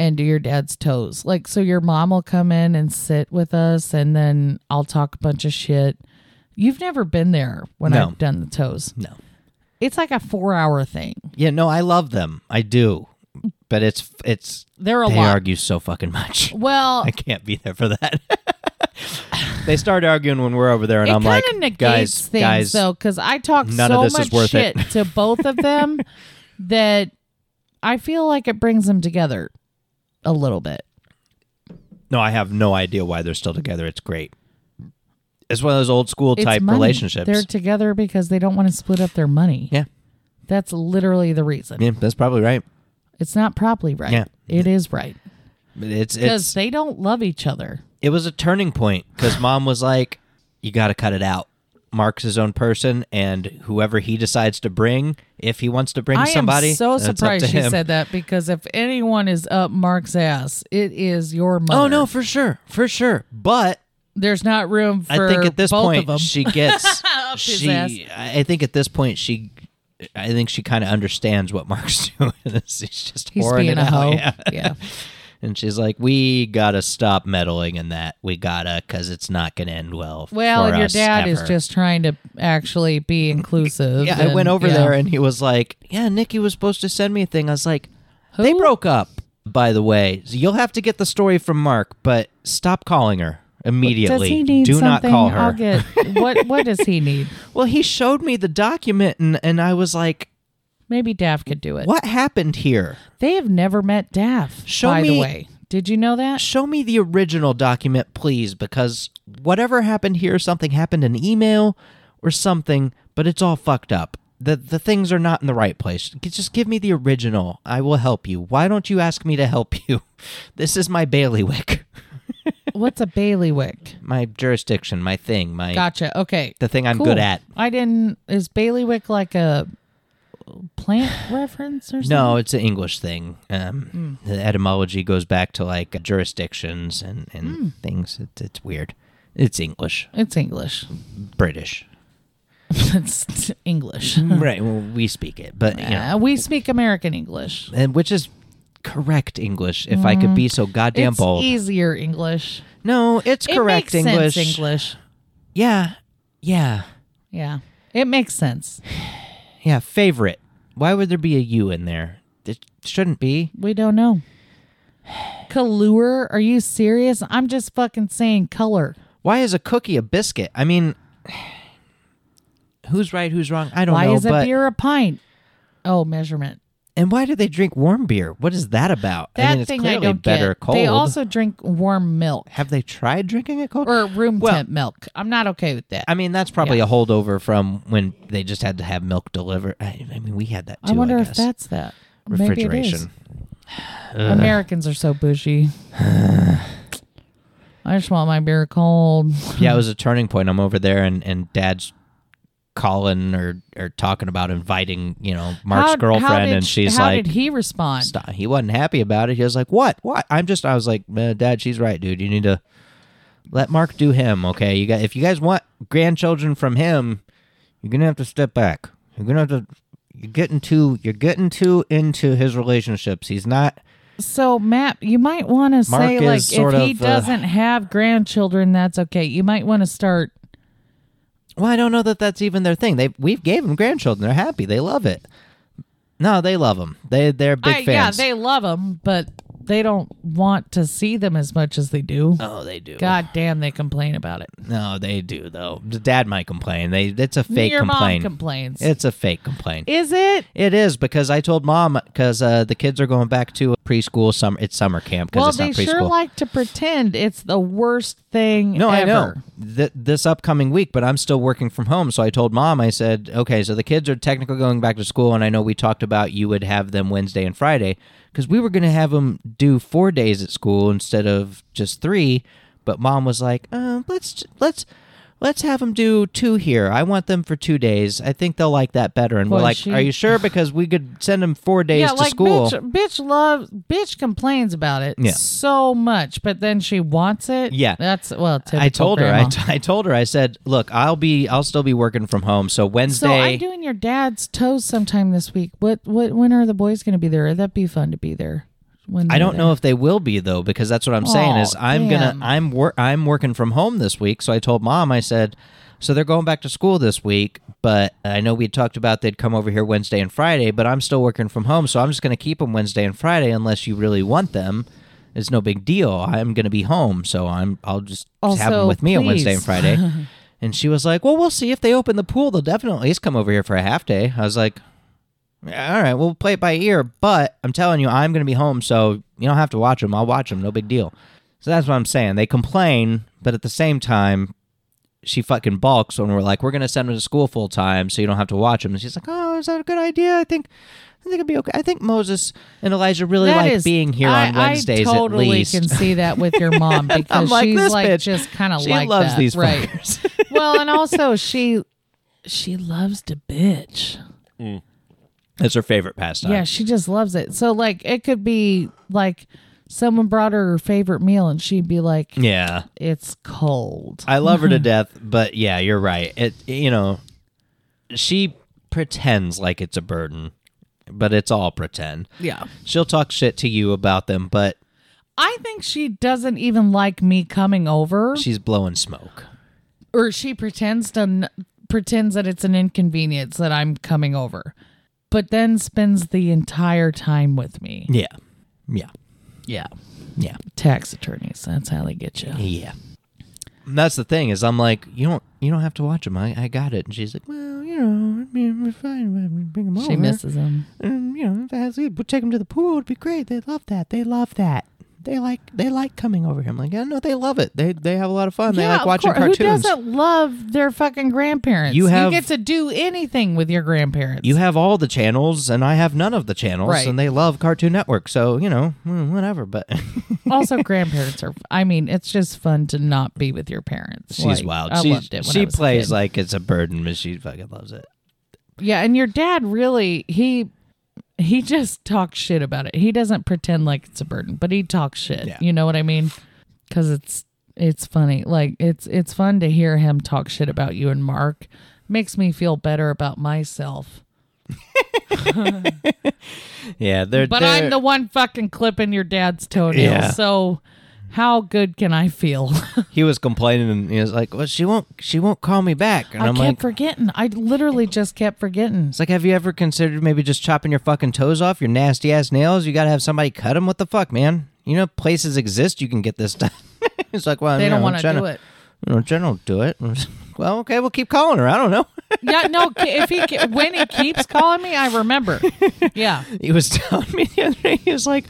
B: and do your dad's toes, like so your mom will come in and sit with us, and then I'll talk a bunch of shit. You've never been there when
A: No.
B: I've done the toes.
A: no.
B: It's like a four hour thing.
A: Yeah. No. I love them. I do. But it's it's
B: They're a
A: they
B: lot.
A: argue so fucking much.
B: well,
A: I can't be there for that. (laughs) they start arguing when we're over there, and I'm like,
B: kinda negates
A: guys,
B: things
A: guys,
B: though, because I talk
A: none
B: so
A: of this
B: much
A: is worth
B: shit
A: it.
B: to both of
A: (laughs)
B: them that I feel like it brings them together a little bit.
A: no, I have no idea why they're still together. It's great. it's one of those old school
B: It's
A: type
B: money.
A: relationships.
B: They're together because they don't want to split up their money.
A: yeah,
B: That's literally the reason.
A: yeah, that's probably right.
B: It's not probably right.
A: Yeah.
B: It is right.
A: But It's
B: Because
A: it's
B: they don't love each other.
A: it was a turning point because mom was like, "You got to cut it out." Mark's his own person, and whoever he decides to bring, if he wants to bring
B: I
A: somebody,
B: am so
A: that's up
B: surprised
A: to
B: she
A: him.
B: said that because if anyone is up Mark's ass, it is your mother.
A: "Oh no, for sure, for sure." But
B: there's not room for
A: I think at this
B: both of them.
A: point she
B: (laughs)
A: gets
B: his
A: she.
B: ass.
A: I I think at this point she. I think she kind of understands what Mark's (laughs) doing. He's just
B: He's
A: pouring
B: being
A: it
B: a
A: out.
B: hoe.
A: Yeah.
B: yeah.
A: And she's like, "We gotta stop meddling in that. We gotta, cause it's not gonna end well."
B: Well,
A: for
B: and your
A: us
B: dad
A: ever."
B: is just trying to actually be inclusive.
A: Yeah, I
B: and-
A: went over
B: yeah.
A: there and he was like, "Yeah, Nikki was supposed to send me a thing." I was like, "They broke up, by the way. So you'll have to get the story from Mark, but stop calling her immediately.
B: does he need
A: Do
B: something?
A: not call her." (laughs)
B: I'll get what what does he need?
A: well, he showed me the document and and I was like,
B: Maybe Daff could do it.
A: "What happened here?
B: They have never met Daff,
A: Show
B: by the
A: me-
B: way. Did you know that?
A: Show me the original document, please, because whatever happened here, something happened in email or something, but it's all fucked up." The, the things are not in the right place. Just give me the original. I will help you. Why don't you ask me to help (laughs) you? This is my bailiwick. (laughs)
B: What's a bailiwick?
A: my jurisdiction, my thing, my
B: Gotcha. Okay.
A: the thing I'm
B: Cool.
A: good at.
B: I didn't. Is bailiwick like a
A: (sighs)
B: plant reference or something? Hmm.
A: No, it's an English thing. Um, The etymology goes back to like jurisdictions and and
B: Hmm.
A: things. It, it's weird. It's English,
B: It's English. (laughs)
A: British,
B: it's English.
A: right? Well, we speak it, but you know,
B: Uh, we speak American English.
A: and which is correct English. If I could be so goddamn
B: Hmm. it's
A: bold,
B: easier English.
A: no, it's
B: It
A: correct
B: makes
A: English.
B: sense English.
A: Yeah, yeah,
B: Yeah. It makes sense.
A: yeah. Favorite. Why would there be a U in there? It shouldn't be.
B: We don't know. Color? Are you serious? I'm just fucking saying color.
A: Why is a cookie a biscuit? I mean, (sighs) who's right, who's wrong? I don't
B: Why
A: know.
B: is a
A: but
B: beer a pint? Oh, measurement.
A: and why do they drink warm beer? What is that about?
B: That
A: I mean, it's
B: thing
A: clearly
B: I don't
A: better
B: get.
A: cold.
B: They also drink warm milk
A: have they tried drinking it cold?
B: or room
A: Well-
B: temp milk. I'm not okay with that.
A: I mean, that's probably a holdover from when they just had to have milk delivered. I, I mean, we had that too.
B: I wonder if
A: guess.
B: that's that. Maybe it is.
A: refrigeration.
B: Americans are
A: (sighs)
B: so bougie. I just want my beer cold.
A: yeah, it was a turning point. I'm over there, and and Dad's calling or or talking about inviting you know Mark's
B: How- how
A: girlfriend,
B: did
A: and
B: sh-
A: she's
B: how
A: like,
B: did he respond?
A: Stop. He wasn't happy about it. He was like, "What? What?" I'm just. I was like, "Man, "Dad, she's right, dude. You need to let Mark do him, okay? You got. If you guys want grandchildren from him, you're gonna have to step back. You're gonna have to. You're getting too. You're getting too into his relationships. He's not.
B: So Matt, you might want to
A: Mark
B: say
A: is
B: like
A: sort
B: if he
A: of, uh,
B: doesn't have grandchildren, that's okay. You might want to start.
A: Well, I don't know that that's even their thing. They we've gave him grandchildren. They're happy. They love it. No, they love him. They they're big
B: I- yeah,
A: fans.
B: they love them, but they don't want to see them as much as they do.
A: oh, they do.
B: God damn, they complain about it.
A: No, they do though. The Dad might complain. They it's a fake
B: Your
A: complaint.
B: mom complains.
A: it's a fake complaint.
B: Is it?
A: It is because I told mom because uh, the kids are going back to preschool summer. It's summer camp because
B: Well,
A: it's
B: they
A: not preschool.
B: sure like to pretend it's the worst thing.
A: no, I
B: ever.
A: know Th- this upcoming week, but I'm still working from home. So I told mom, I said, okay, so the kids are technically going back to school, and I know we talked about you would have them Wednesday and Friday because we were going to have them do four days at school instead of just three. But mom was like, uh, let's let's let's have them do two here. I want them for two days. I think they'll like that better. And
B: Boy,
A: we're like,
B: she-
A: are you
B: (laughs)
A: sure? Because we could send them four days
B: Yeah,
A: to
B: like
A: school.
B: bitch, bitch loves, bitch complains about it
A: Yeah.
B: so much, but then she wants it.
A: Yeah.
B: that's well. Typical
A: I told her.
B: grandma.
A: I, t- I told her. I said, "Look, I'll be. I'll still be working from home. So Wednesday.
B: so I'm doing your dad's toes sometime this week. What? What? When are the boys going to be there? That'd be fun to be there. When
A: I don't
B: they're
A: know if they will be though, because that's what I'm saying. Is
B: Aw,
A: I'm
B: damn.
A: gonna. I'm wor- I'm working from home this week. So I told mom. I said, so they're going back to school this week. But I know we had talked about they'd come over here Wednesday and Friday. But I'm still working from home, so I'm just gonna keep them Wednesday and Friday unless you really want them. It's no big deal. I'm gonna be home, so I'm. I'll just have
B: Also,
A: them with me on Wednesday and
B: please.
A: Friday.
B: (laughs)
A: And she was like, "Well, we'll see if they open the pool. They'll definitely at least come over here for a half day." I was like, "Yeah, "All right, we'll play it by ear." But I'm telling you, I'm going to be home, so you don't have to watch them. I'll watch them. No big deal. So that's what I'm saying. They complain, but at the same time, she fucking balks when we're like, we're gonna send him to school full time, so you don't have to watch him. And she's like, oh, is that a good idea? I think, I think it'd be okay. I think Moses and Elijah really
B: That
A: like
B: is-
A: being here
B: I-
A: on Wednesdays
B: I totally
A: at least.
B: can see that with your
A: (laughs)
B: mom
A: I'm
B: because
A: like,
B: she's
A: this
B: like
A: bitch,
B: just kind of
A: (laughs) she
B: like
A: loves
B: that,
A: these
B: right?
A: (laughs) fuckers.
B: well, and also she she loves to bitch.
A: That's her favorite pastime.
B: Yeah, she just loves it. So like it could be like someone brought her her favorite meal and she'd be like,
A: yeah.
B: "It's cold."
A: I love her
B: Mm-hmm.
A: to death, but yeah, you're right. It you know, she pretends like it's a burden, but it's all pretend.
B: yeah.
A: She'll talk shit to you about them, but
B: I think she doesn't even like me coming over
A: she's blowing smoke.
B: or she pretends to n- pretends that it's an inconvenience that I'm coming over. But then spends the entire time with me.
A: Yeah. Yeah. Oh,
B: Yeah.
A: Yeah.
B: Tax attorneys, that's how they get you.
A: Yeah. And that's the thing is I'm like, you don't you don't have to watch him. I, I got it. And she's like, Well, you know, I mean, we're fine. We'll Bring him over.
B: She misses him.
A: And, you know, if I was- we'll take him to the pool. It'd be great. They love that. They love that. They like they like coming over here. I'm like, yeah, no, they love it. They they have a lot of fun. they like
B: of
A: watching
B: course. Who
A: cartoons.
B: doesn't love their fucking grandparents?
A: You have-
B: get to do anything with your grandparents.
A: You (laughs) have all the channels, and I have none of the channels,
B: Right.
A: and they love Cartoon Network. So you know, mm, whatever. But (laughs)
B: also, grandparents are. I mean, it's just fun to not be with your parents.
A: she's
B: Like,
A: wild.
B: I
A: She-
B: loved it. When
A: she
B: I was a
A: plays
B: kid.
A: like it's a burden, but she fucking loves it.
B: yeah, and your dad really he he just talks shit about it. He doesn't pretend like it's a burden, but he talks shit.
A: Yeah.
B: You know what I mean? Because it's it's funny. Like it's it's fun to hear him talk shit about you and Mark. Makes me feel better about myself.
A: Yeah, they're.
B: But
A: they're,
B: I'm the one fucking clipping your dad's toenails.
A: Yeah.
B: So how good can I feel?
A: He was complaining, and he was like, "Well, she won't. She won't call me back." And
B: I
A: am
B: kept
A: like,
B: forgetting. I literally just kept forgetting.
A: "It's like, have you ever considered maybe just chopping your fucking toes off, your nasty ass nails? You gotta have somebody cut them. What the fuck, man? You know, places exist. You can get this (laughs) done." He's like, "Well,
B: They
A: you
B: don't
A: know,
B: want to
A: Jenna-
B: do it.
A: You know, Jen don't do it." (laughs) well, okay, we'll keep calling her. I don't know. (laughs)
B: Yeah, no. ki- If he ki- when he keeps calling me, I
A: (laughs)
B: remember. Yeah,
A: he was (laughs) telling me the other day he was like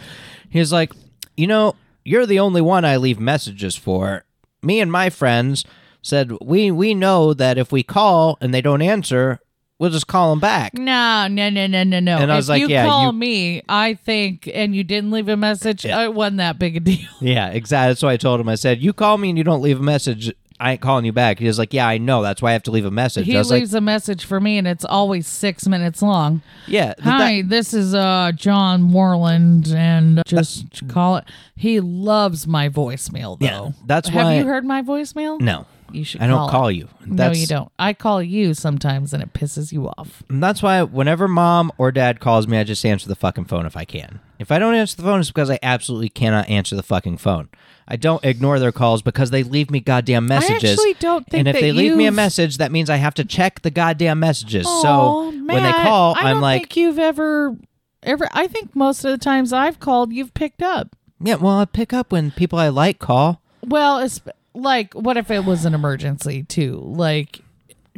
A: he was like you know you're the only one i leave messages for me and my friends said we we know that if we call and they don't answer we'll just call them back
B: no, no, no, no, no, no.
A: And I was
B: if
A: like,
B: you
A: yeah,
B: call
A: you-
B: me, I think, and you didn't leave a message, it wasn't that big a deal.
A: yeah exactly that's what i told him i said you call me and you don't leave a message i ain't calling you back he was like yeah i know that's why i have to leave a message
B: He
A: i was
B: leaves a message for me, and it's always six minutes long.
A: like yeah but that-
B: Hi, this is uh John Moreland, and just call it. He loves my voicemail though.
A: Yeah, that's
B: Have
A: why-
B: you heard my voicemail?
A: no
B: you should.
A: i
B: call
A: don't
B: it.
A: call you
B: No,
A: that's,
B: you don't. I call you sometimes, and it pisses you off.
A: And that's why whenever mom or dad calls me, I just answer the fucking phone if I can. If I don't answer the phone, it's because I absolutely cannot answer the fucking phone. I don't ignore their calls because they leave me goddamn messages.
B: actually don't think
A: And if
B: that
A: they leave me a
B: you've-
A: message, that means I have to check the goddamn messages.
B: Aw,
A: so when they
B: Matt,
A: call,
B: I
A: am
B: don't
A: like,
B: think you've ever, ever. I think most of the times I've called, you've picked up.
A: yeah, well, I pick up when people I like call.
B: Well, it's like, what if it was an emergency too? Like,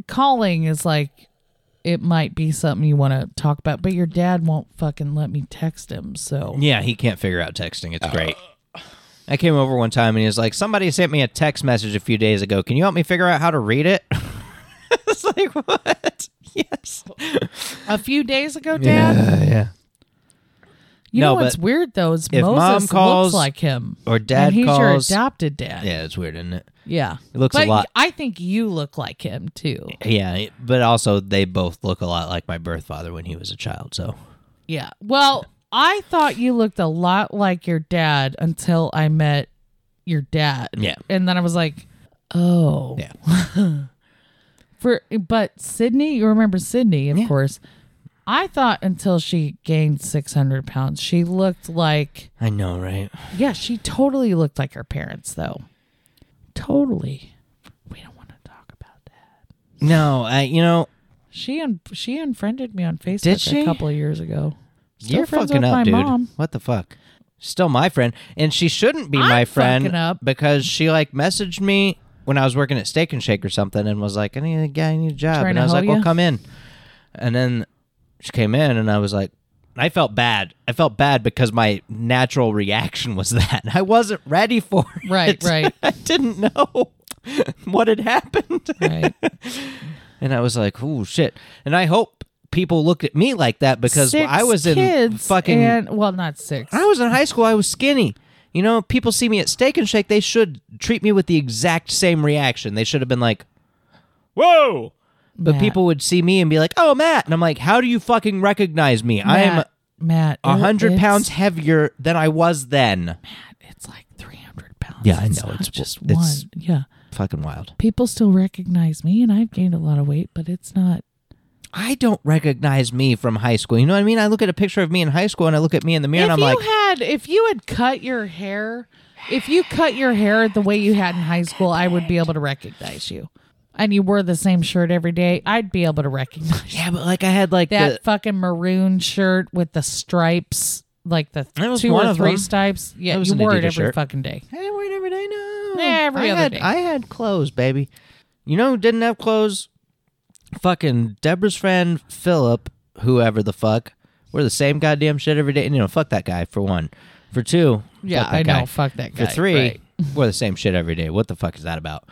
B: calling is like, it might be something you want to talk about, but your dad won't fucking let me text him. So
A: Yeah, he can't figure out texting. It's great. I came over one time and he was like, somebody sent me a text message a few days ago. Can you help me figure out how to read it? (laughs) it's like, what? (laughs) Yes.
B: a few days ago, Dad,
A: yeah.
B: you
A: No,
B: know what's
A: but
B: weird though is
A: if
B: Moses
A: Mom calls
B: looks like him,
A: or Dad
B: and he's your
A: calls-
B: adopted dad.
A: Yeah, it's weird, isn't it?
B: Yeah.
A: It looks a
B: But
A: lot-
B: I think you look like him too.
A: Yeah, it- but also they both look a lot like my birth father when he was a child. So
B: Yeah. Well, I thought you looked a lot like your dad until I met your dad.
A: Yeah.
B: And then I was like, oh.
A: Yeah.
B: (laughs) For but Sydney, you remember Sydney, of course. I thought until she gained six hundred pounds, she looked like
A: I know, right?
B: yeah, she totally looked like her parents though. Totally. We don't want to talk about that.
A: No, I you know
B: She un- she unfriended me on Facebook
A: she?
B: a couple of years ago. Still
A: you're
B: friends
A: fucking
B: with
A: up,
B: my
A: dude.
B: mom.
A: What the fuck? Still my friend, and she shouldn't be my
B: I'm
A: friend
B: fucking up.
A: because she like messaged me when I was working at Steak and Shake or something, and was like, "I need a guy, I need a job," and
B: Trying to
A: I was
B: help
A: like, "Well,
B: you?
A: come in," and then she came in, and I was like. I felt bad. I felt bad because my (laughs) natural reaction was that I wasn't ready for it. (laughs)
B: Right, right.
A: I didn't know. (laughs) what had
B: (laughs)
A: happened.
B: Right.
A: And I was like, oh, shit. And I hope people looked at me like that because
B: Six
A: I was in
B: kids
A: fucking.
B: and well, not six.
A: I was in high school. I was skinny. You know, people see me at Steak and Shake. They should treat me with the exact same reaction. They should have been like, whoa. But
B: Matt.
A: people would see me and be like, oh, Matt. And I'm like, how do you fucking recognize me? I am
B: Matt, Matt.
A: a 100
B: it's-
A: pounds heavier than I was then.
B: It's like three hundred pounds.
A: Yeah, I
B: It's
A: know.
B: not
A: It's-
B: just
A: it's-
B: one. Yeah,
A: Fucking wild.
B: people still recognize me, and I've gained a lot of weight, but it's not.
A: I don't recognize me from high school. You know what I mean? I look at a picture of me in high school and I look at me in the mirror
B: if
A: and I'm
B: you
A: like,
B: had, if you had cut your hair, if you cut your hair the way you had in high school, I would be able to recognize you. And you wore the same shirt every day, I'd be able to recognize you.
A: yeah, but like I had like
B: that
A: the,
B: fucking maroon shirt with the stripes, like the
A: That was
B: two
A: one
B: or
A: of
B: three
A: them.
B: stripes. Yeah,
A: That was
B: you
A: an
B: wore it
A: Adidas
B: every
A: shirt.
B: fucking day.
A: I didn't wear it every day. No,
B: Yeah, every
A: I
B: other
A: had,
B: day.
A: I had clothes, baby. You know, who didn't have clothes. Fucking Deborah's friend Philip, whoever the fuck, we're the same goddamn shit every day. And, you know, fuck that guy for one. For two,
B: Yeah,
A: fuck that
B: I
A: guy.
B: know. Fuck that
A: For
B: guy.
A: three,
B: Right. (laughs)
A: we're the same shit every day. What the fuck is that about?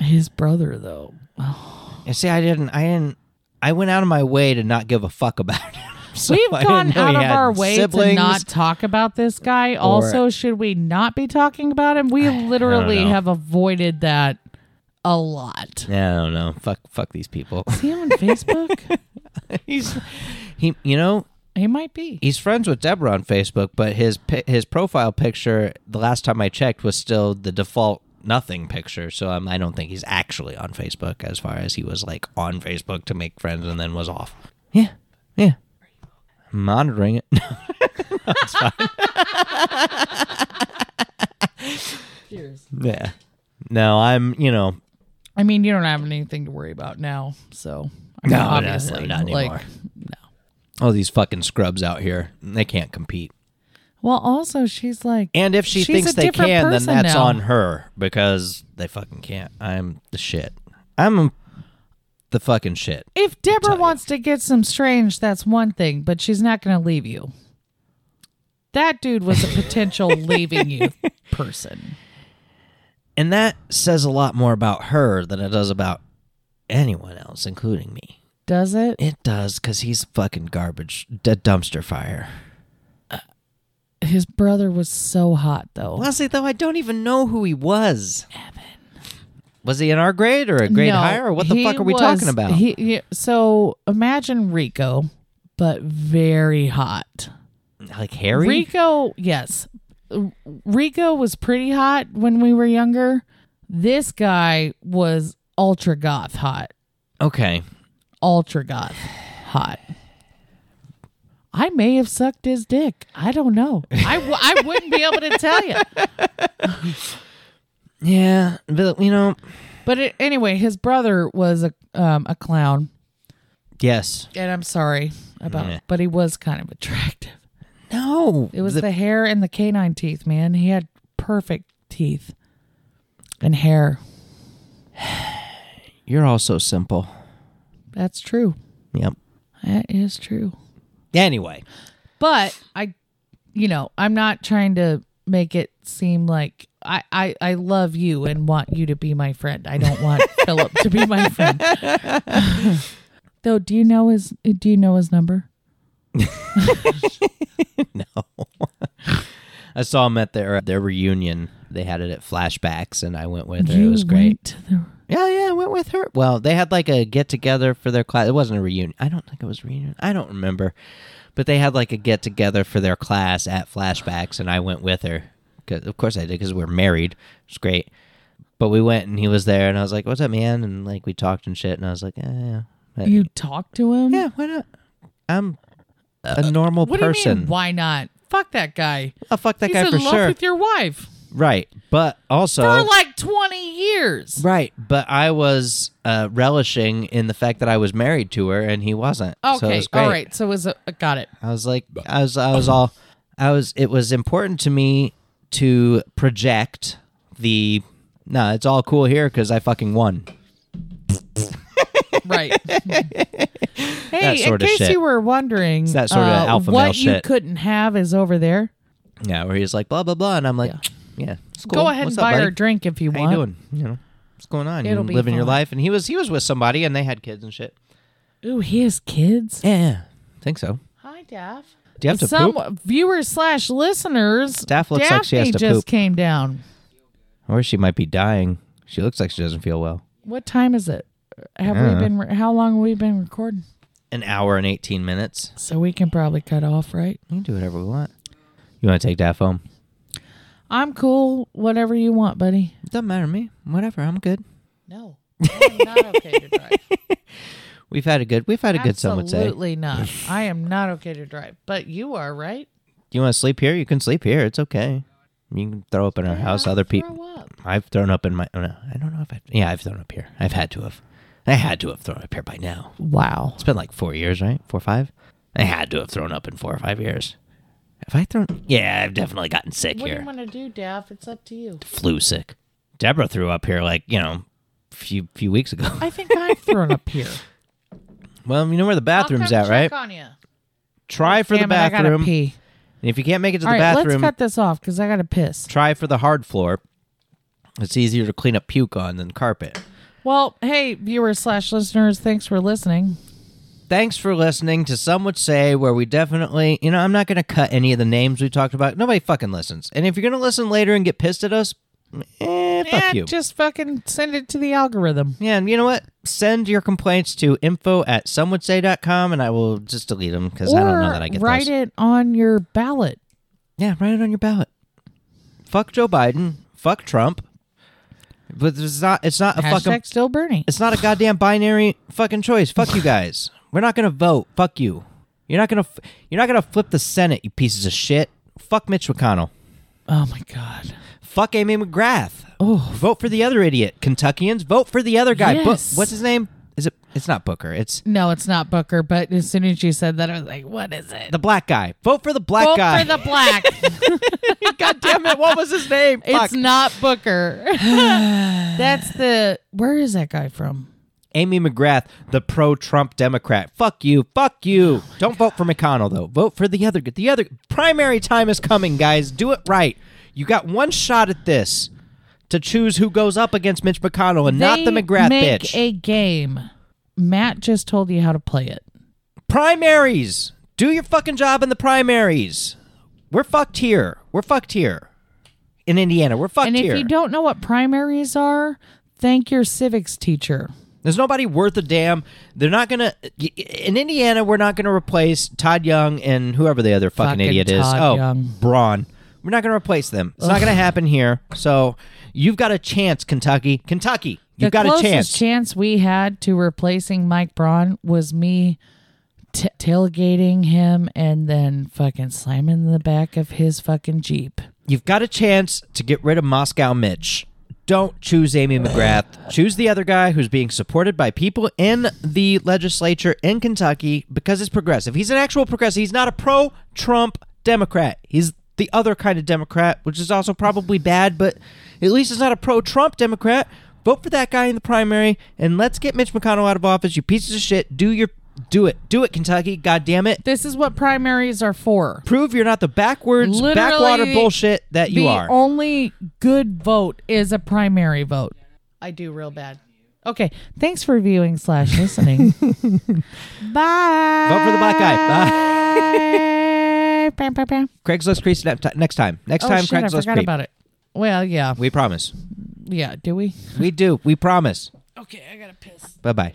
B: his brother though.
A: And see, I didn't, I didn't, I went out of my way to not give a fuck about (laughs) it. So I
B: We've
A: didn't
B: gone
A: know
B: out
A: he
B: of
A: had
B: our way to
A: siblings.
B: not talk about this guy. also, should we not be talking about him? We literally
A: know.
B: have avoided that a lot.
A: Yeah, I don't know. Fuck, fuck these people. (laughs)
B: Is he on Facebook?
A: He's, he, you know,
B: (laughs) he might be.
A: he's friends with Deborah on Facebook, but his pi- his profile picture the last time I checked was still the default nothing picture. So um, I don't think he's actually on Facebook as far as he was like on Facebook to make friends and then was off. Yeah, yeah. I'm monitoring it. (laughs) yeah. No, I'm. You know.
B: I mean, you don't have anything to worry about now, so I
A: No,
B: mean,
A: no, no,
B: obviously,
A: not anymore.
B: like no.
A: All these fucking scrubs out here, they can't compete.
B: Well, also, she's like,
A: And if she
B: She's
A: thinks
B: a
A: they
B: different
A: can, then
B: person
A: that's
B: now.
A: on her because they fucking can't. I'm the shit. I'm the fucking shit.
B: if Deborah wants to get some strange, that's one thing, but she's not going to leave you. That dude was
A: (laughs)
B: a potential leaving you person.
A: And that says a lot more about her than it does about anyone else, including me.
B: Does it?
A: It does because he's fucking garbage, d- dumpster fire.
B: His brother was so hot, though.
A: Honestly, though, I don't even know who he was. Evan. Was he in our grade or a grade
B: No,
A: higher? Or what the
B: he
A: fuck are we
B: was-
A: talking about?
B: He, he- so imagine Rico, but very hot.
A: like Harry?
B: Rico, yes. R- Rico was pretty hot when we were younger. This guy was ultra goth hot.
A: Okay.
B: Ultra goth hot. I may have sucked his dick. I don't know. I, w- I wouldn't be able to tell you.
A: Yeah. But, you know,
B: But it, anyway, his brother was a um, a clown.
A: yes.
B: and I'm sorry about,
A: Meh.
B: but he was kind of attractive.
A: No.
B: It was the, hair and the canine teeth, man. He had perfect teeth and hair.
A: You're all so simple.
B: That's true.
A: Yep.
B: That is true.
A: Anyway,
B: But I, you know, I'm not trying to make it seem like I, I, I love you and want you to be my friend. I don't
A: (laughs)
B: want Philip to be my friend. Though, do you know his? Do you know his number?
A: I saw him at their uh, their reunion. They had it at flashbacks, and I went with her.
B: you
A: It was great.
B: went to the-
A: Yeah, yeah, I went with her. Well, they had like a get together for their class. It wasn't a reunion. I don't think it was a reunion. I don't remember, but they had like a get together for their class at flashbacks, and I went with her. 'Cause- of course I did because we're married. It's great. But we went, and he was there, and I was like, "What's up, man?" And like we talked and shit, and I was like, "Yeah, yeah, But-
B: you talked to him?
A: yeah, why not?" I'm a normal
B: What do you
A: person.
B: mean? Why not? Fuck that guy.
A: Oh, fuck that
B: He's
A: guy
B: in
A: for
B: love
A: sure.
B: with your wife
A: Right. But also
B: for like twenty years.
A: Right, but I was uh, relishing in the fact that I was married to her and he wasn't.
B: Okay,
A: so it was great.
B: all right. So it was a, uh, got it.
A: I was like, I was, I was all, I was. It was important to me to project the. No, it's all cool here because I fucking won.
B: (laughs) Right. hey, in
A: sort of
B: case
A: shit.
B: you were wondering,
A: that sort of
B: uh,
A: alpha male
B: what you
A: shit.
B: couldn't have is over there.
A: Yeah, where he's like blah blah blah, and I'm like, yeah, it's
B: Go
A: cool.
B: ahead
A: What's
B: and
A: up,
B: buy
A: buddy?
B: her a drink if you
A: How
B: want.
A: you doing? You know, what's going on?
B: It'll
A: you
B: be
A: living your
B: fine.
A: life, and he was he was with somebody, and they had kids and shit.
B: Ooh, he has kids.
A: Yeah, yeah. I think so.
B: Hi, Daph.
A: Do you have to
B: Some
A: poop,
B: viewers slash listeners.
A: Daph looks like she has
B: Daphne
A: to
B: just
A: poop.
B: came down.
A: or she might be dying? She looks like she doesn't feel well.
B: What time is it? Have
A: I
B: we
A: don't
B: been? Re- how long have we been recording?
A: An hour and eighteen minutes.
B: So we can probably cut off, right?
A: We can do whatever we want. You want to take Daph home?
B: I'm cool. Whatever you want, buddy.
A: Doesn't matter to me. Whatever. I'm good.
B: No, I'm not okay
A: (laughs)
B: to drive.
A: We've had a good. We've had a good. Some would say.
B: Absolutely not. I am not okay to drive, but you are, right?
A: You want to sleep here? You can sleep here. It's okay. You can throw up in our house.
B: I'll
A: Other
B: throw
A: people.
B: up.
A: I've thrown up in my. Oh no, I don't know if I. Yeah, I've thrown up here. I've had to have. I had to have thrown up here by now.
B: Wow.
A: It's been like four years, right? Four or five. I had to have thrown up in four or five years. Have I thrown? Yeah, I've definitely gotten sick
B: What do
A: here.
B: you want to do, Daff? It's up to you.
A: Flu sick. Deborah threw up here like you know, few few weeks ago.
B: I think I've thrown up here.
A: (laughs) Well, you know where the (laughs) bathroom's at, right? Try for the
B: I gotta
A: bathroom. And
B: pee.
A: if you can't make it to
B: All
A: the
B: right, let's
A: bathroom,
B: cut this off because I gotta piss.
A: try for the hard floor. It's easier to clean up puke on than carpet.
B: Well, hey, viewers slash listeners, thanks for listening.
A: Thanks for listening to Some Would Say, where we definitely, you know, I'm not going to cut any of the names we talked about. Nobody fucking listens. And if you're going to listen later and get pissed at us, eh, fuck
B: Yeah,
A: you.
B: just fucking send it to the algorithm.
A: yeah, and you know what? Send your complaints to info at somewouldsay.com and I will just delete them because I don't know
B: Or
A: that I get
B: write
A: those.
B: it on your ballot.
A: Yeah, write it on your ballot. Fuck Joe Biden. Fuck Trump. But it's not, it's not a
B: Hashtag
A: fucking
B: still Bernie.
A: It's not a goddamn binary fucking choice. Fuck you guys. We're not gonna vote. Fuck you. You're not gonna. f- You're not gonna flip the Senate. You pieces of shit. Fuck Mitch McConnell.
B: Oh my god.
A: Fuck Amy McGrath.
B: Oh.
A: Vote for the other idiot. Kentuckians, vote for the other guy. Bo-
B: Yes.
A: what's his name? Is it? It's not Booker. It's
B: No, it's not Booker, but as soon as you said that, I was like, what is it?
A: the black guy. Vote for the black
B: Vote
A: guy.
B: for the (laughs) black.
A: (laughs) God damn it! What was his name? Fuck.
B: it's not Booker. (sighs) That's the where is that guy from?
A: Amy McGrath, the pro-Trump Democrat. Fuck you. Fuck you. Don't vote for McConnell though. Vote for the other. The other primary time is coming, guys. Do it right. You got one shot at this to choose who goes up against Mitch McConnell and not the
B: They
A: McGrath
B: make
A: bitch.
B: A game. Matt just told you how to play it.
A: primaries. Do your fucking job in the primaries. We're fucked here. We're fucked here. In Indiana, we're fucked
B: And if
A: here.
B: you don't know what primaries are, thank your civics teacher.
A: There's nobody worth a damn. They're not gonna in Indiana. We're not gonna replace Todd Young and whoever the other fucking,
B: Fucking
A: idiot is.
B: Todd
A: Oh,
B: Young.
A: Braun. We're not gonna replace them. It's not gonna happen here. So you've got a chance, Kentucky. Kentucky, you've
B: the
A: got a
B: closest
A: chance.
B: we had to replacing Mike Braun was me t- tailgating him and then fucking slamming the back of his fucking jeep.
A: you've got a chance to get rid of Moscow Mitch. Don't choose Amy McGrath. choose the other guy who's being supported by people in the legislature in Kentucky because it's progressive. He's an actual progressive. He's not a pro Trump Democrat. He's the other kind of Democrat, which is also probably bad, but at least it's not a pro Trump Democrat. Vote for that guy in the primary and let's get Mitch McConnell out of office, you pieces of shit. Do your do it. Do it, Kentucky. God damn it.
B: This is what primaries are for.
A: Prove you're not the backwards,
B: Literally
A: backwater bullshit that you
B: the
A: are.
B: only good vote is a primary vote. I do real bad. Okay. Thanks for viewing slash
A: (laughs)
B: listening. Bye. Vote
A: Vote
B: for the
A: for the black guy. Bye.
B: guy. (laughs) bam, bam, bam.
A: Craigslist creeps ne- t- next time. Next
B: Oh,
A: time,
B: shit, I
A: Craigslist
B: forgot
A: creep.
B: about it. Well, yeah.
A: We promise.
B: Yeah, do we?
A: We do. We promise.
B: Okay, I gotta piss.
A: Bye bye.